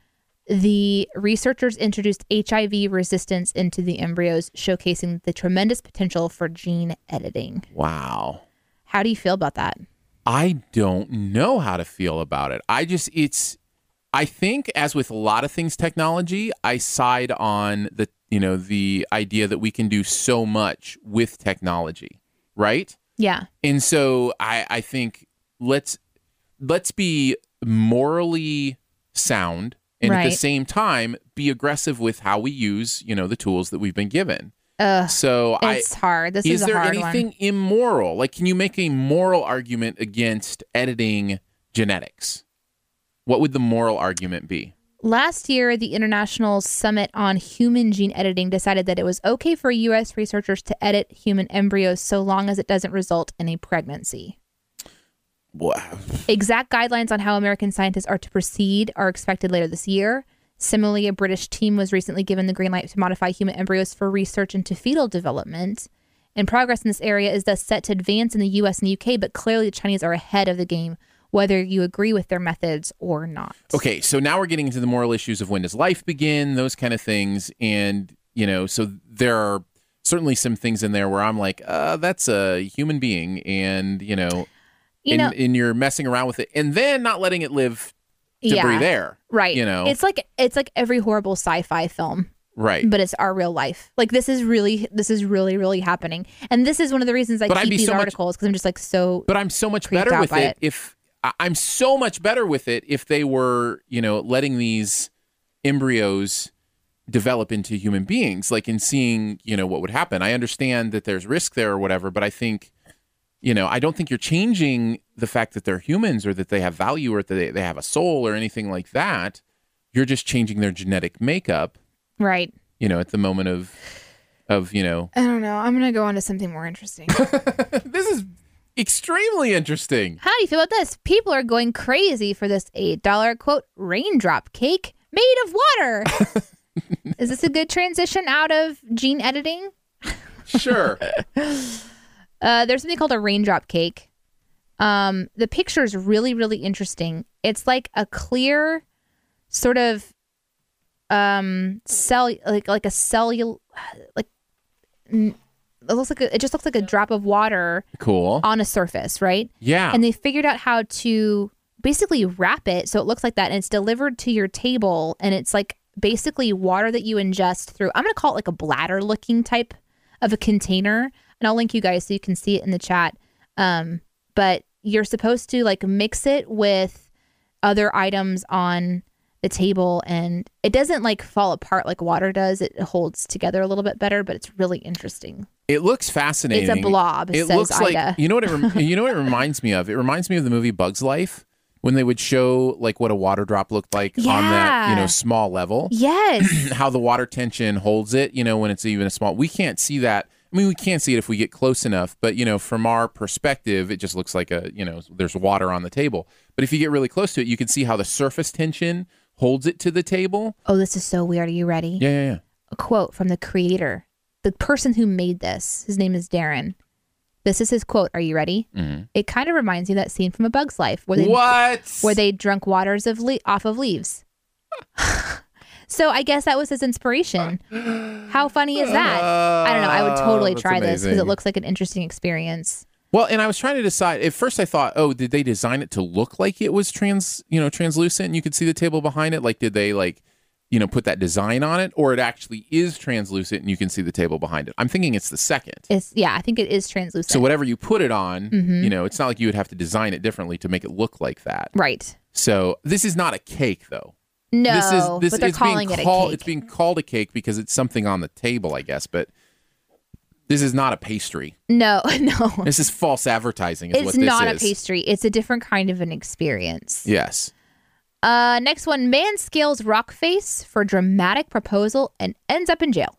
S3: The researchers introduced HIV resistance into the embryos, showcasing the tremendous potential for gene editing.
S2: Wow.
S3: How do you feel about that?
S2: I don't know how to feel about it. I just it's I think as with a lot of things technology, I side on the you know, the idea that we can do so much with technology, right?
S3: Yeah.
S2: And so I, I think let's let's be morally sound and at the
S3: Right.
S2: same time be aggressive with how we use, you know, the tools that we've been given.
S3: Ugh,
S2: So I
S3: it's hard. This is,
S2: is
S3: a
S2: there
S3: hard
S2: anything
S3: one.
S2: immoral? Like can you make a moral argument against editing genetics? What would the moral argument be?
S3: Last year, the International Summit on Human Gene Editing decided that it was okay for U.S. researchers to edit human embryos so long as it doesn't result in a pregnancy.
S2: Wow.
S3: Exact guidelines on how American scientists are to proceed are expected later this year. Similarly, a British team was recently given the green light to modify human embryos for research into fetal development. And progress in this area is thus set to advance in the US and UK, but clearly the Chinese are ahead of the game, whether you agree with their methods or not.
S2: Okay, so now we're getting into the moral issues of when does life begin, those kind of things, and you know, so there are certainly some things in there where I'm like, uh, that's a human being, and you know,
S3: You
S2: and,
S3: know,
S2: and you're messing around with it, and then not letting it live debris
S3: yeah.
S2: there,
S3: Right.
S2: You know,
S3: It's like it's like every horrible sci-fi film.
S2: right.
S3: but it's our real life. Like this is really, this is really, really happening. And this is one of the reasons I
S2: But I'd
S3: keep
S2: be
S3: these
S2: so much-
S3: articles because I'm just like so.
S2: But I'm so much
S3: creeped
S2: better
S3: out
S2: with
S3: by
S2: it,
S3: it.
S2: if I- I'm so much better with it if they were, you know, letting these embryos develop into human beings, like in seeing, you know, what would happen. I understand that there's risk there or whatever, but I think, you know, I don't think you're changing the fact that they're humans or that they have value or that they, they have a soul or anything like that. You're just changing their genetic makeup,
S3: right.
S2: you know, at the moment of of, you know,
S3: I don't know. I'm gonna go on to something more interesting.
S2: this is extremely interesting.
S3: How do you feel about this? People are going crazy for this eight dollar quote raindrop cake made of water. is this a good transition out of gene editing?
S2: Sure.
S3: Uh, there's something called a raindrop cake. Um, the picture is really, really interesting. It's like a clear, sort of, um, cell like like a cellul like. n- It looks like a, it just looks like a drop of water
S2: cool.
S3: on a surface, right?
S2: Yeah.
S3: And they figured out how to basically wrap it so it looks like that, and it's delivered to your table, and it's like basically water that you ingest through. I'm gonna call it like a bladder looking type of a container, and I'll link you guys so you can see it in the chat. Um, but you're supposed to like mix it with other items on the table and it doesn't like fall apart like water does it holds together a little bit better but it's really interesting
S2: It looks fascinating.
S3: blob,
S2: It
S3: says
S2: looks like
S3: Ida.
S2: you know what it rem- you know what it reminds me of. It reminds me of the movie Bugs Life when they would show like what a water drop looked like on that you
S3: Yeah.
S2: know small level,
S3: yes
S2: how the water tension holds it. You know when it's even a small. We can't see that. I mean, we can't see it if we get close enough, but you know, from our perspective, it just looks like a you know, there's water on the table. But if you get really close to it, you can see how the surface tension holds it to the table.
S3: oh this is so weird are you ready
S2: Yeah, yeah, yeah.
S3: a quote from the creator, the person who made this. His name is Darren. This is his quote. Are you ready?
S2: Mhm.
S3: It kind of reminds you of that scene from A Bug's Life where they
S2: what?
S3: where they drunk waters of le- off of leaves. so I guess that was his inspiration. How funny is that? I don't know. I would totally
S2: That's
S3: try this because
S2: amazing.
S3: it looks like an interesting experience.
S2: Well, and I was trying to decide. At first, I thought, oh, did they design it to look like it was trans, you know, translucent, and you could see the table behind it? Like, did they like, you know, put that design on it, or it actually is translucent and you can see the table behind it? I'm thinking it's the second.
S3: It's yeah, I think it is translucent.
S2: So whatever you put it on,
S3: Mm-hmm.
S2: you know, it's not like you would have to design it differently to make it look like that.
S3: right.
S2: So this is not a cake, though.
S3: No,
S2: this is this
S3: but they're
S2: it's
S3: calling
S2: being
S3: it
S2: called,
S3: a cake.
S2: It's being called a cake because it's something on the table, I guess. But this is not a pastry.
S3: no, no.
S2: This is false advertising. Is what
S3: It's
S2: this
S3: not
S2: is.
S3: a pastry. It's a different kind of an experience.
S2: Yes.
S3: Uh, next one, man scales rock face for dramatic proposal and ends up in jail.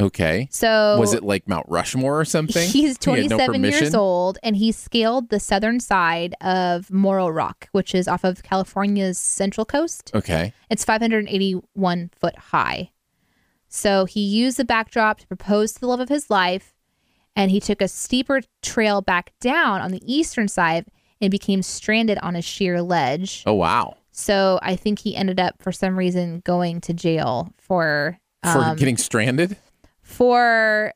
S2: Okay.
S3: So
S2: was it like Mount Rushmore or something?
S3: He's
S2: He had no
S3: 27 years
S2: permission?
S3: old and he scaled the southern side of Morro Rock, which is off of California's central coast.
S2: Okay.
S3: It's 581 foot high. So he used the backdrop to propose to the love of his life, and he took a steeper trail back down on the eastern side and became stranded on a sheer ledge.
S2: Oh wow.
S3: So I think he ended up for some reason going to jail for
S2: For
S3: um,
S2: getting stranded?
S3: for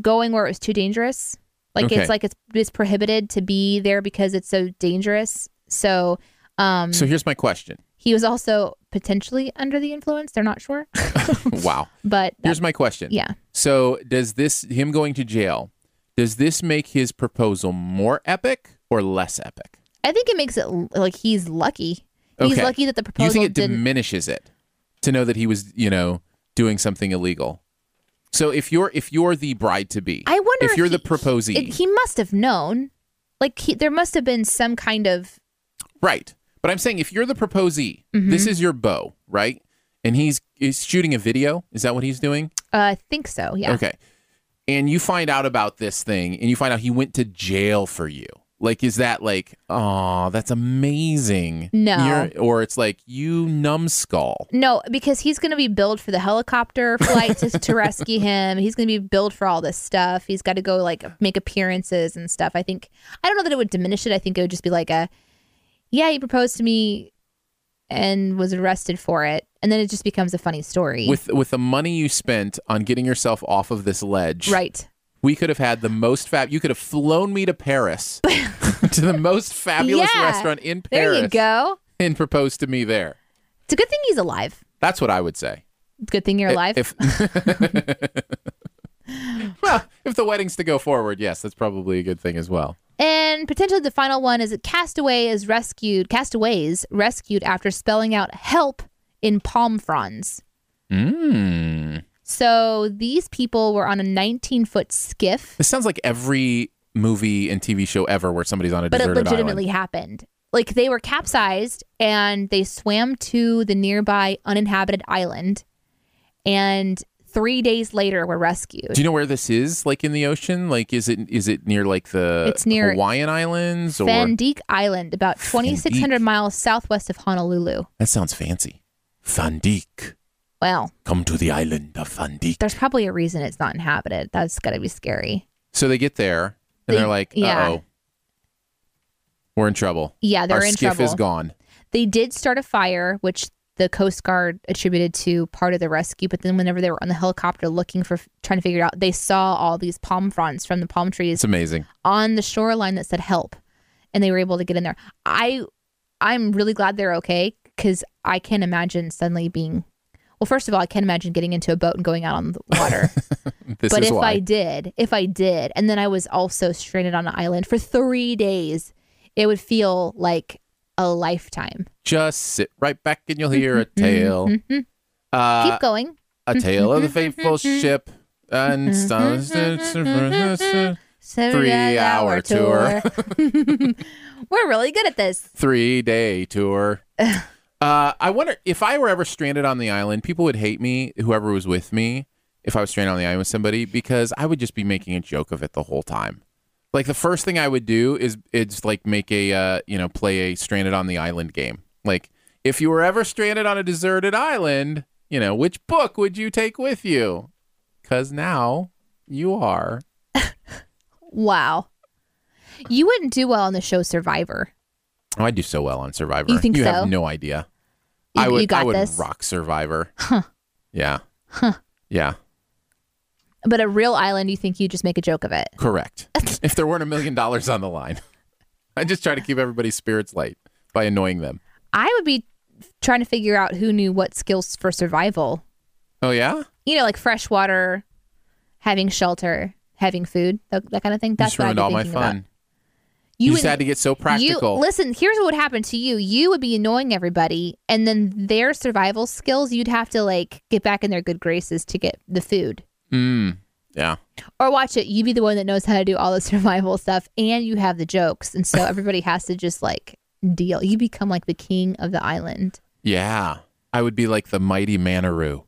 S3: going where it was too dangerous. Like
S2: Okay.
S3: it's like it's, it's prohibited to be there because it's so dangerous. So um
S2: So here's my question.
S3: he was also potentially under the influence, they're not sure.
S2: wow.
S3: But that-
S2: Here's my question.
S3: yeah.
S2: So does this him going to jail, does this make his proposal more epic or less epic?
S3: I think it makes it l- like he's lucky. He's
S2: Okay.
S3: lucky that the
S2: you
S3: proposal
S2: think it
S3: didn't
S2: diminishes it to know that he was, you know, doing something illegal? So if you're if you're the bride to be,
S3: I wonder
S2: if you're
S3: he-
S2: the proposee,
S3: it- he must have known. Like he, there must have been some kind of
S2: right? But I'm saying if you're the proposee,
S3: Mm-hmm.
S2: this is your beau, right? And he's, he's shooting a video. Is that what he's doing?
S3: Uh, I think so. Yeah.
S2: Okay. And you find out about this thing and you find out he went to jail for you. Like, is that like, oh, that's amazing?
S3: No.
S2: You're- or it's like, you numbskull.
S3: No, because he's going to be billed for the helicopter flight to, to rescue him. He's going to be billed for all this stuff. He's got to go like make appearances and stuff. I think I don't know that it would diminish it. I think it would just be like a, yeah, he proposed to me, and was arrested for it, and then it just becomes a funny story.
S2: With, with the money you spent on getting yourself off of this ledge,
S3: right.
S2: we could have had the most fab. You could have flown me to Paris, to the most fabulous
S3: Yeah.
S2: restaurant in
S3: There
S2: Paris,
S3: you go.
S2: and proposed to me there.
S3: It's a good thing he's alive.
S2: That's what I would say.
S3: Good thing you're alive.
S2: If well, if the wedding's to go forward, yes, that's probably a good thing as well.
S3: And potentially the final one is that Castaway is rescued, Castaways rescued after spelling out help in palm fronds.
S2: Mm.
S3: So these people were on a 19 foot skiff,
S2: This sounds like every movie and TV show ever where somebody's on a
S3: but it
S2: deserted
S3: legitimately happened. Like they were capsized and they swam to the nearby uninhabited island and three days later were rescued.
S2: island. Do you know where this is? Like in the ocean? Like is it is it near like the
S3: It's near
S2: Hawaiian Islands or
S3: Van Dyke Island, about 2,600 miles southwest of Honolulu.
S2: that sounds fancy. Van Dyke.
S3: Well,
S2: Come to the island of Van Dyke.
S3: there's probably a reason it's not inhabited. That's got to be scary.
S2: So they get there and
S3: They-
S2: they, are like,
S3: yeah.
S2: "Uh oh, we're in trouble.
S3: Yeah, they're
S2: Our
S3: in
S2: skiff
S3: trouble.
S2: is gone."
S3: They did start a fire, which the Coast Guard attributed to part of the rescue. But then, whenever they were on the helicopter looking for, trying to figure it out, they saw all these palm fronds from the palm trees
S2: It's amazing.
S3: on the shoreline that said "help," and they were able to get in there. I, I'm really glad they're okay because I can't imagine suddenly being. Well, first of all, I can't imagine getting into a boat and going out on the water.
S2: This
S3: but
S2: is
S3: if
S2: why.
S3: I did, if I did, and then I was also stranded on an island for three days, it would feel like a lifetime.
S2: Just sit right back and you'll hear a tale. Uh,
S3: Keep going.
S2: a tale of the faithful ship. And Three-hour
S3: We're really good at this.
S2: three day tour. Uh, I wonder if I were ever stranded on the island, people would hate me, whoever was with me, if I was stranded on the island with somebody, because I would just be making a joke of it the whole time. Like the first thing I would do is is like make a uh, you know play a stranded on the island game. Like if you were ever stranded on a deserted island, you know which book would you take with you? Because now you are.
S3: Wow. You wouldn't do well on the show Survivor.
S2: Oh, I do so well on Survivor.
S3: You think so?
S2: have no idea.
S3: You,
S2: I would,
S3: you got
S2: I would
S3: this.
S2: rock Survivor. Yeah. Yeah.
S3: But a real island, you think you just make a joke of it.
S2: Correct. if there weren't a million dollars on the line, I just try to keep everybody's spirits light by annoying them.
S3: I would be trying to figure out who knew what skills for survival.
S2: Oh yeah.
S3: You know, like fresh water, having shelter, having food, that, that kind of thing. That's
S2: just
S3: what
S2: ruined
S3: I'd be
S2: all my
S3: thinking
S2: fun.
S3: about.
S2: You,
S3: would
S2: just had to get so practical.
S3: You listen, here's what would happen to you. You would be annoying everybody and then their survival skills you'd have to like get back in their good graces to get the food.
S2: mm. Yeah.
S3: Or watch it, you be the one that knows how to do all the survival stuff and you have the jokes and so everybody has to just like deal. You become like the king of the island.
S2: Yeah. I would be like the mighty Manaroo.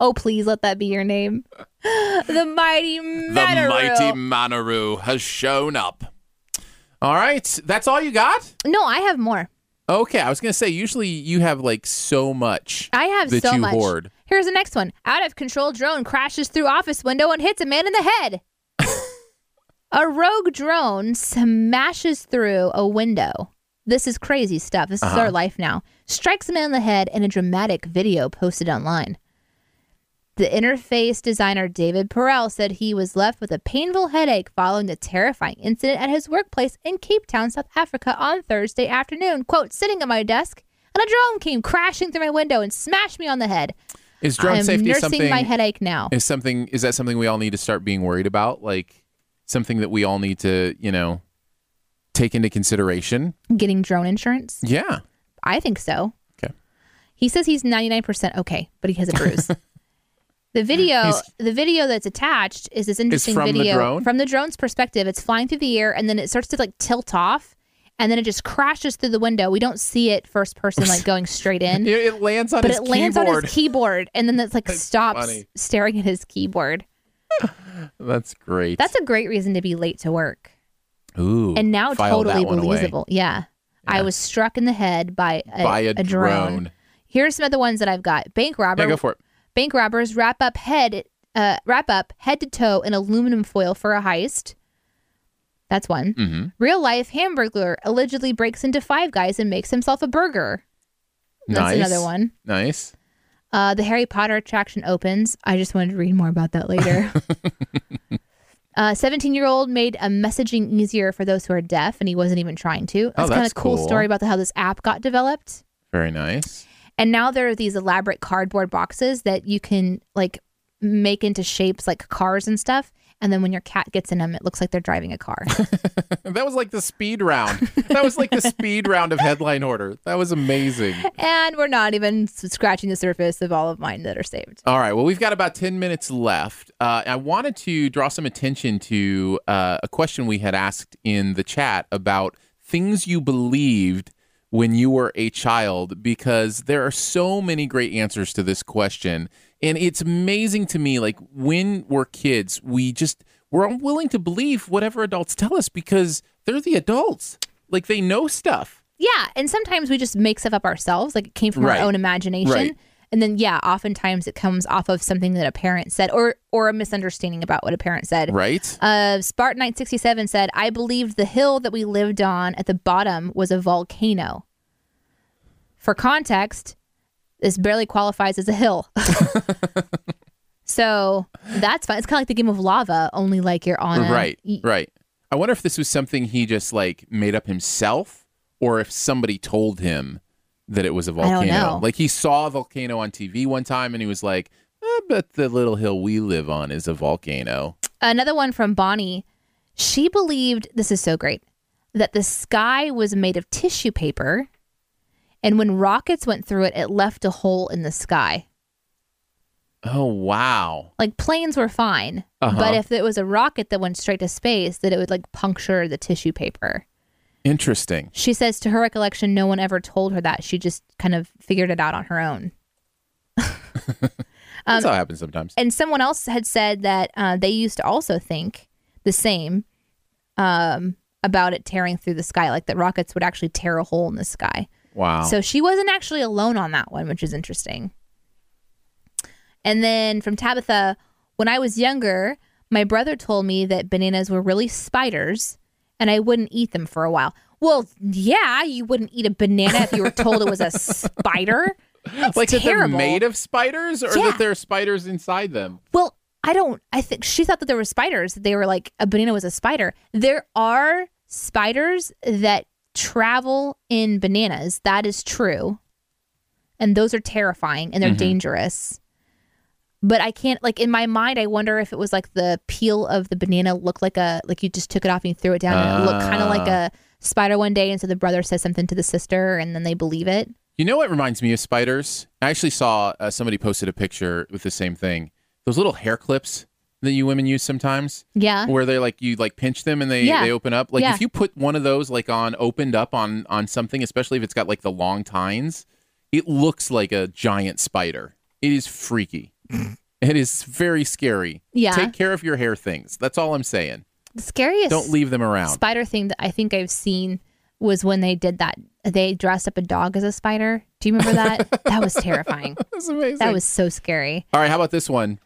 S3: Oh, please let that be your name. the mighty Mataroo.
S2: Manaroo has shown up. All right. That's all you got?
S3: No, I have more.
S2: Okay. I was going to say, usually you have like so much
S3: I have
S2: that
S3: so
S2: you
S3: much.
S2: hoard.
S3: Here's the next one. Out of control drone crashes through office window and hits a man in the head. a rogue drone smashes through a window. This is crazy stuff. This
S2: Uh-huh.
S3: is our life now. Strikes a man in the head in a dramatic video posted online. The interface designer David Perel said he was left with a painful headache following the terrifying incident at his workplace in Cape Town, South Africa on Thursday afternoon. Quote, sitting at my desk, and a drone came crashing through my window and smashed me on the head.
S2: Is drone
S3: I'm
S2: safety
S3: nursing
S2: something
S3: my headache now.
S2: is something is that something we all need to start being worried about? Like something that we all need to, you know, take into consideration?
S3: Getting drone insurance?
S2: Yeah.
S3: I think so.
S2: Okay.
S3: He says he's 99% okay, but he has a bruise. the video
S2: He's-
S3: the video that's attached is this interesting
S2: from the
S3: video
S2: drone?
S3: from the drone's perspective. It's flying through the air and then it starts to like tilt off and then it just crashes through the window. We don't see it first person like going straight in,
S2: It, it lands on
S3: Mm-hmm. but
S2: his
S3: it lands
S2: keyboard.
S3: on his keyboard, and then it's like stops
S2: funny.
S3: staring at his keyboard.
S2: That's great.
S3: That's a great reason to be late to work.
S2: Ooh.
S3: and now
S2: file
S3: totally
S2: that one away.
S3: believable. Yeah. I was struck in the head by a,
S2: By a
S3: a drone.
S2: drone.
S3: Here's some of the ones that I've got: bank robber.
S2: Yeah, go for it.
S3: Bank robbers wrap up head, uh, wrap up head to toe in aluminum foil for a heist. That's one.
S2: Mm-hmm.
S3: Real life hamburglar allegedly breaks into Five Guys and makes himself a burger. That's
S2: nice.
S3: another one.
S2: Nice.
S3: Uh, the Harry Potter attraction opens. I just wanted to read more about that later. Uh, 17 year old made a messaging easier for those who are deaf, and he wasn't even trying to.
S2: Oh,
S3: kind
S2: that's
S3: of cool
S2: cool.
S3: story about how this app got developed.
S2: Very nice.
S3: And now there are these elaborate cardboard boxes that you can like make into shapes like cars and stuff. And then when your cat gets in them, it looks like they're driving a car.
S2: That was like the speed round. that was like the speed round of headline order. That was amazing.
S3: and we're not even s- scratching the surface of all of mine that are saved.
S2: All right. Well, we've got about 10 minutes left. Uh, I wanted to draw some attention to uh, a question we had asked in the chat about things you believed when you were a child, because there are so many great answers to this question. And it's amazing to me, like when we're kids, we just, we're unwilling to believe whatever adults tell us because they're the adults. Like they know stuff.
S3: Yeah. And sometimes we just make stuff up ourselves. Like it came from
S2: Right.
S3: our own imagination.
S2: Right.
S3: And then, yeah, oftentimes it comes off of something that a parent said or, or a misunderstanding about what a parent said.
S2: Right?
S3: Uh, Spartanite67 said, I believed the hill that we lived on at the bottom was a volcano. For context, this barely qualifies as a hill. so that's fun. It's kind of like the game of lava, only like you're on a-
S2: Right,
S3: y-
S2: right. I wonder if this was something he just like made up himself or if somebody told him that it was a
S3: don't
S2: volcano.
S3: know.
S2: Like he saw a volcano on TV one time and he was like, I bet the little hill we live on is a volcano.
S3: Another one from Bonnie. She believed, this is so great, that the sky was made of tissue paper. And when rockets went through it, it left a hole in the sky.
S2: Oh, wow.
S3: like planes were fine,
S2: Uh-huh.
S3: but if it was a rocket that went straight to space, that it would like puncture the tissue paper.
S2: Interesting.
S3: She says to her recollection, no one ever told her that. She just kind of figured it out on her own. Um,
S2: That's how it happens sometimes.
S3: And someone else had said that uh, they used to also think the same um, about it tearing through the sky, like that rockets would actually tear a hole in the sky.
S2: Wow.
S3: So she wasn't actually alone on that one, which is interesting. And then from Tabitha, when I was younger, my brother told me that bananas were really spiders and I wouldn't eat them for a while. Well, yeah, you wouldn't eat a banana if you were told it was a spider. That's
S2: like that they're
S3: terrible.
S2: made of spiders or
S3: Yeah.
S2: that there are spiders inside them?
S3: Well, I don't. I think she thought that there were spiders. They were like a banana was a spider. There are spiders that travel in bananas. That is true, and those are terrifying and they're dangerous. But I can't like in my mind. I wonder if it was like the peel of the banana looked like a like you just took it off and you threw it down and it looked kind of like a spider one day. And so the brother says something to the sister, and then they believe it.
S2: You know what reminds me of spiders? I actually saw uh, somebody posted a picture with the same thing. Those little hair clips that you women use sometimes.
S3: Yeah.
S2: where they like you like pinch them and they
S3: Uh-huh. Yeah.
S2: they open up. Like
S3: Yeah.
S2: if you put one of those like on opened up on on something, especially if it's got like the long tines, it looks like a giant spider. It is freaky. it is very scary.
S3: Yeah.
S2: Take care of your hair things. That's all I'm saying.
S3: The scariest.
S2: Don't leave them around.
S3: spider thing that I think I've seen was when they did that. They dressed up a dog as a spider. Do you remember that? that was terrifying.
S2: That's amazing.
S3: That was so scary.
S2: all right. How about this one?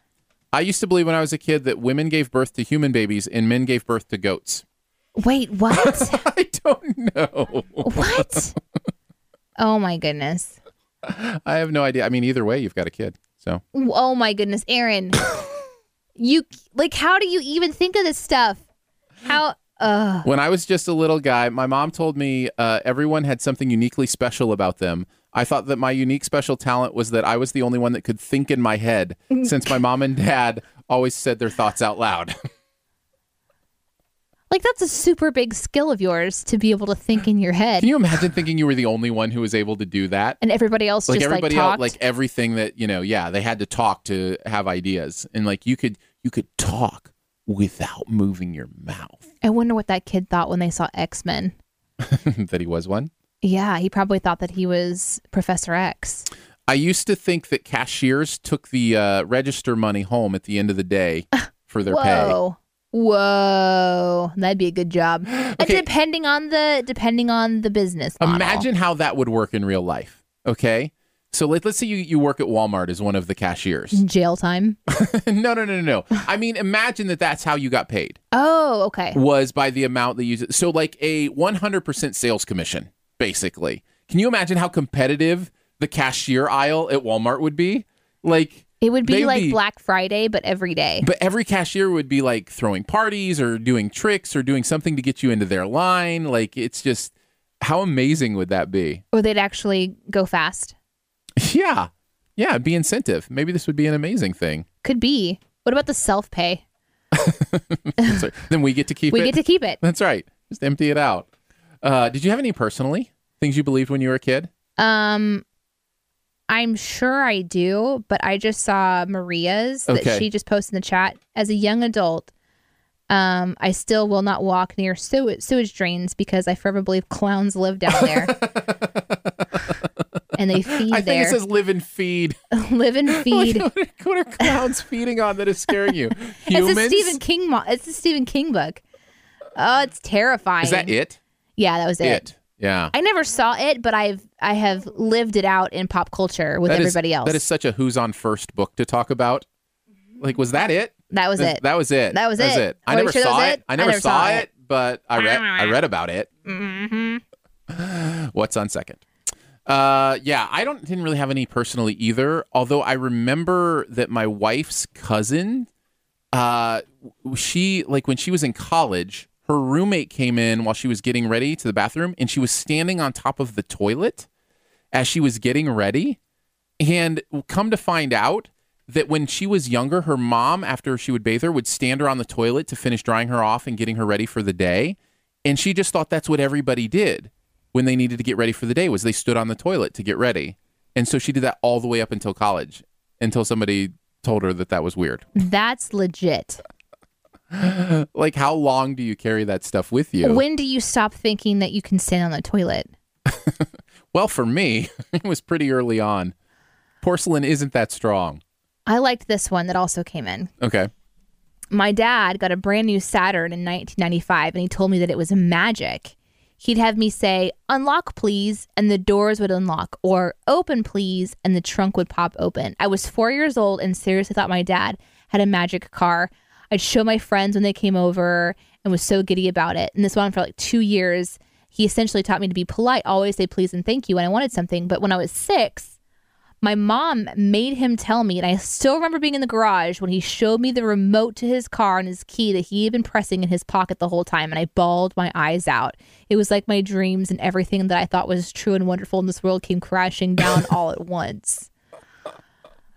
S2: I used to believe when I was a kid that women gave birth to human babies and men gave birth to goats.
S3: Wait, what?
S2: I don't know.
S3: what? Oh my goodness.
S2: I have no idea. I mean, either way, you've got a kid. So
S3: Oh my goodness, Aaron. you like how do you even think of this stuff? How uh
S2: When I was just a little guy, my mom told me uh, everyone had something uniquely special about them. I thought that my unique special talent was that I was the only one that could think in my head, since my mom and dad always said their thoughts out loud.
S3: like that's a super big skill of yours to be able to think in your head
S2: Can you imagine thinking you were the only one who was able to do that?
S3: and everybody else
S2: Like
S3: just
S2: everybody
S3: like
S2: else,
S3: talked.
S2: like everything that you know, yeah, they had to talk to have ideas, and like you could you could talk without moving your mouth.
S3: I wonder what that kid thought when they saw X-Men.
S2: that he was one.
S3: Yeah, he probably thought that he was Professor X.
S2: I used to think that cashiers took the uh, register money home at the end of the day for their pay.
S3: Whoa. Whoa, that'd be a good job. And
S2: Okay.
S3: Depending on the depending on the business model.
S2: Imagine how that would work in real life. Okay. So let, let's say you, you work at Walmart as one of the cashiers.
S3: jail time.
S2: no, no, no, no, no. I mean, imagine that that's how you got paid
S3: Oh, okay.
S2: was by the amount that you. So like a 100% sales commission, basically. Can you imagine how competitive the cashier aisle at Walmart would be? Like,
S3: It would be
S2: They'd
S3: like
S2: be-
S3: Black Friday, but every day.
S2: But every cashier would be like throwing parties or doing tricks or doing something to get you into their line. Like it's just how amazing would that be?
S3: Or they'd actually go fast.
S2: Yeah. Yeah, it'd be incentive. Maybe this would be an amazing thing.
S3: Could be. What about the self pay?
S2: That's right. then we get to keep
S3: We
S2: it.
S3: get to keep it.
S2: That's right. Just empty it out. Uh, did you have any personally things you believed when you were a kid?
S3: Um I'm sure I do, but I just saw Maria's that
S2: Okay.
S3: she just posted in the chat. As a young adult, um, I still will not walk near sewage, sewage drains because I forever believe clowns live down there. and they feed
S2: I think
S3: there.
S2: it says live and feed.
S3: live and feed.
S2: what are- what are clowns feeding on that is scaring you? Humans?
S3: It's a Stephen King mo- it's a Stephen King book. Oh, it's terrifying.
S2: Is that it?
S3: Yeah, that was it.
S2: It. Yeah.
S3: I never saw it, but I've I have lived it out in pop culture with
S2: That is-
S3: everybody else.
S2: That is such a who's on first book to talk about. Like, was that it?
S3: That was
S2: That-
S3: it.
S2: That was it.
S3: That was it.
S2: I
S3: Were you
S2: never
S3: sure that
S2: saw
S3: was
S2: it.
S3: it?
S2: I never saw, it, but I read. I read about it.
S3: Mm-hmm.
S2: What's on second? Uh, yeah, I don't didn't really have any personally either. Although I remember that my wife's cousin, uh, w- she like when she was in college, her roommate came in while she was getting ready to the bathroom, and she was standing on top of the toilet as she was getting ready. And come to find out that when she was younger, her mom, after she would bathe her, would stand her on the toilet to finish drying her off and getting her ready for the day. And she just thought that's what everybody did when they needed to get ready for the day was they stood on the toilet to get ready. And so she did that all the way up until college, until somebody told her that that was weird.
S3: That's legit.
S2: like, how long do you carry that stuff with you?
S3: When do you stop thinking that you can stand on the toilet?
S2: well, for me, it was pretty early on. Porcelain isn't that strong.
S3: I liked this one that also came in.
S2: Okay.
S3: My dad got a brand new Saturn in 1995 and he told me that it was magic. He'd have me say, unlock, please, and the doors would unlock, or open, please, and the trunk would pop open. I was four years old and seriously thought my dad had a magic car. I'd show my friends when they came over and was so giddy about it. And this went on for like two years. He essentially taught me to be polite, always say please and thank you when I wanted something. But when I was six, my mom made him tell me, and I still remember being in the garage when he showed me the remote to his car and his key that he had been pressing in his pocket the whole time, and I bawled my eyes out. It was like my dreams and everything that I thought was true and wonderful in this world came crashing down all at once.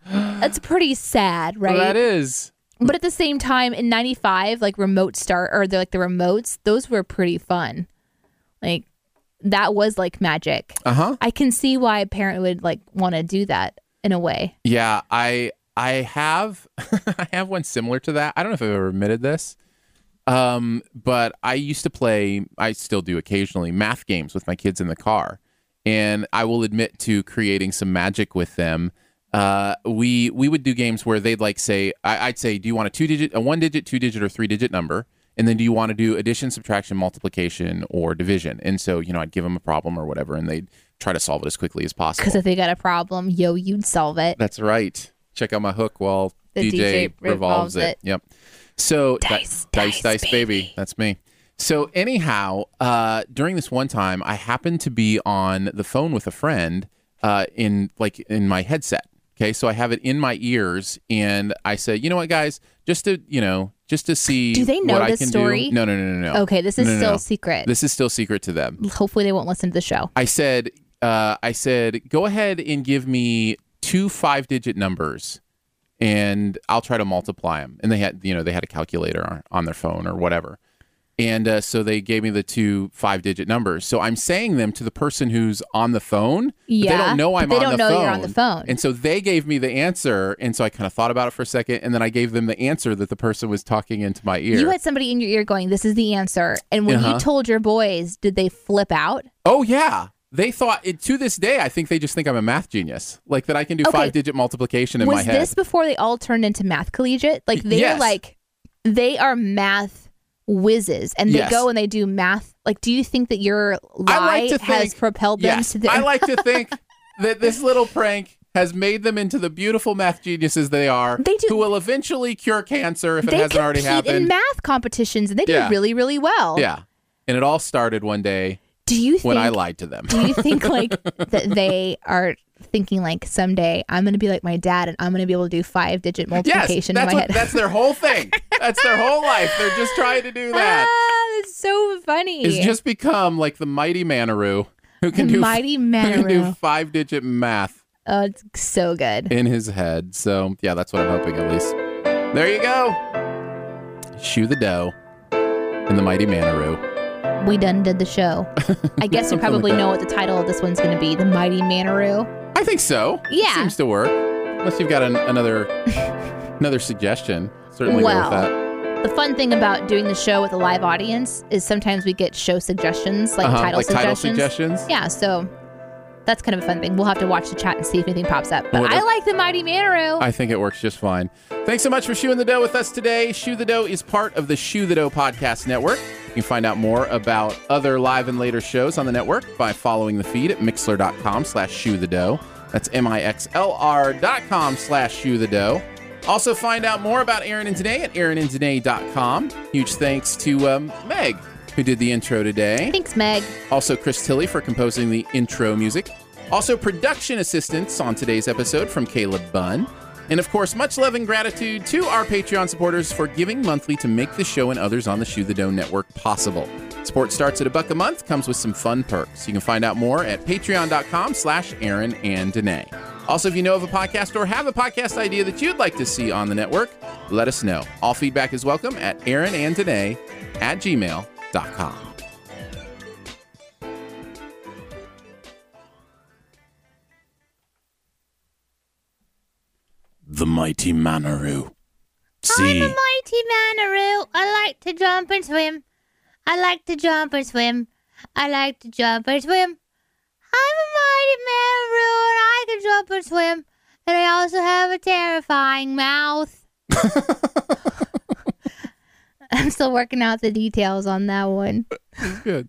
S3: That's pretty sad, right?
S2: That is.
S3: But at the same time, in '95, like remote start or the like the remotes, those were pretty fun. Like that was like magic.
S2: Uh huh.
S3: I can see why a parent would like want to do that in a way.
S2: Yeah, I I have I have one similar to that. I don't know if I've ever admitted this. Um, but I used to play I still do occasionally math games with my kids in the car. And I will admit to creating some magic with them. Uh, we we would do games where they'd like say I, I'd say, do you want a two digit, a one digit, two digit, or three digit number? And then do you want to do addition, subtraction, multiplication, or division? And so you know I'd give them a problem or whatever, and they'd try to solve it as quickly as possible.
S3: Because if they got a problem, yo, you'd solve it.
S2: That's right. Check out my hook while
S3: The
S2: DJ,
S3: DJ
S2: revolves
S3: revolves
S2: it.
S3: it.
S2: Yep. So di-
S3: Dice,
S2: dice,
S3: dice,
S2: baby. That's me. So anyhow, uh, during this one time, I happened to be on the phone with a friend uh, in like in my headset. Okay, so I have it in my ears, and I said, you know what, guys, just to you know, just to see.
S3: Do they know
S2: what I
S3: this
S2: can
S3: story?
S2: Do. No, no, no, no, no.
S3: Okay, this is
S2: No, no,
S3: still
S2: no.
S3: secret.
S2: This is still secret to them.
S3: Hopefully, they won't listen to the show.
S2: I said, uh, I said, go ahead and give me two five digit numbers and I'll try to multiply them. And they had, you know, they had a calculator on, on their phone or whatever. And uh, so they gave me the two five digit numbers. So I'm saying them to the person who's on the phone. But
S3: Yeah,
S2: they don't know
S3: but
S2: I'm
S3: they
S2: on
S3: don't
S2: the
S3: know
S2: phone.
S3: you're on the phone.
S2: And so they gave me the answer. And so I kind of thought about it for a second. And then I gave them the answer that the person was talking into my ear.
S3: You had somebody in your ear going, "This is the answer," and when you
S2: Uh-huh.
S3: told your boys, did they flip out?
S2: oh, yeah. They thought it to this day. I think they just think I'm a math genius, like that I can do
S3: Okay.
S2: five digit multiplication in
S3: was
S2: my head.
S3: this before they all turned into math collegiate? Like they're
S2: Yes.
S3: like they are math whizzes and they
S2: Yes.
S3: go and they do math. Like, do you think that your lie
S2: to
S3: has
S2: think-
S3: propelled them
S2: yes,
S3: to the
S2: I like to think that this little prank has made them into the beautiful math geniuses they are,
S3: They do-
S2: who will eventually cure cancer if it
S3: they
S2: hasn't already
S3: compete in
S2: happened.
S3: math competitions and they
S2: Yeah.
S3: do really, really well.
S2: yeah. And it all started one day
S3: Do you
S2: when
S3: think
S2: I lied to them.
S3: do you think like that they are thinking like someday I'm gonna be like my dad and I'm gonna be able to do five digit
S2: Yes,
S3: multiplication
S2: that's
S3: in my
S2: what,
S3: head?
S2: that's their whole thing. That's their whole life. They're just trying to do that.
S3: ah, that's so funny.
S2: It's just become like the mighty Manaroo who can
S3: The
S2: do
S3: mighty
S2: who can do
S3: Manaroo.
S2: five digit math
S3: oh, it's so good.
S2: in his head. So yeah, that's what I'm hoping at least. There you go. Shoe the dough and the mighty Manaroo.
S3: We done did the show. I guess you
S2: Something
S3: probably
S2: like that.
S3: know what the title of this one's going to be The Mighty Manaroo.
S2: I think so. It
S3: Yeah.
S2: seems to work. Unless you've got an, another another suggestion. Certainly go
S3: Well.
S2: with that.
S3: The fun thing about doing the show with a live audience is sometimes we get show suggestions, like,
S2: Uh-huh,
S3: title,
S2: like
S3: suggestions.
S2: title suggestions.
S3: Yeah, so that's kind of a fun thing. We'll have to watch the chat and see if anything pops up. But
S2: What
S3: I
S2: a-
S3: like The Mighty Manaroo.
S2: I think it works just fine. Thanks so much for shoeing the dough with us today. Shoe the dough is part of the Shoe the Dough podcast network. You can find out more about other live and later shows on the network by following the feed at mixler.com slash shoe the dough. That's M-I-X-L-R dot com slash shoe the dough. Also find out more about Aaron and Danae at aaronandanae.com. Huge thanks to um, Meg who did the intro today.
S3: Thanks, Meg.
S2: Also, Chris Tilley for composing the intro music. Also, production assistance on today's episode from Caleb Bunn. And of course, much love and gratitude to our Patreon supporters for giving monthly to make the show and others on the Shoe the Dough Network possible. Support starts at a buck a month, comes with some fun perks. You can find out more at patreon.com slash Aaron and Danae. Also, if you know of a podcast or have a podcast idea that you'd like to see on the network, let us know. All feedback is welcome at Aaron and Danae at gmail.com. the mighty Manaroo. See,
S3: Mighty Manaroo. I like to jump and swim. I like to jump and swim. I like to jump and swim. I'm a mighty Manaroo and I can jump and swim. And I also have a terrifying mouth. I'm still working out the details on that one.
S2: good.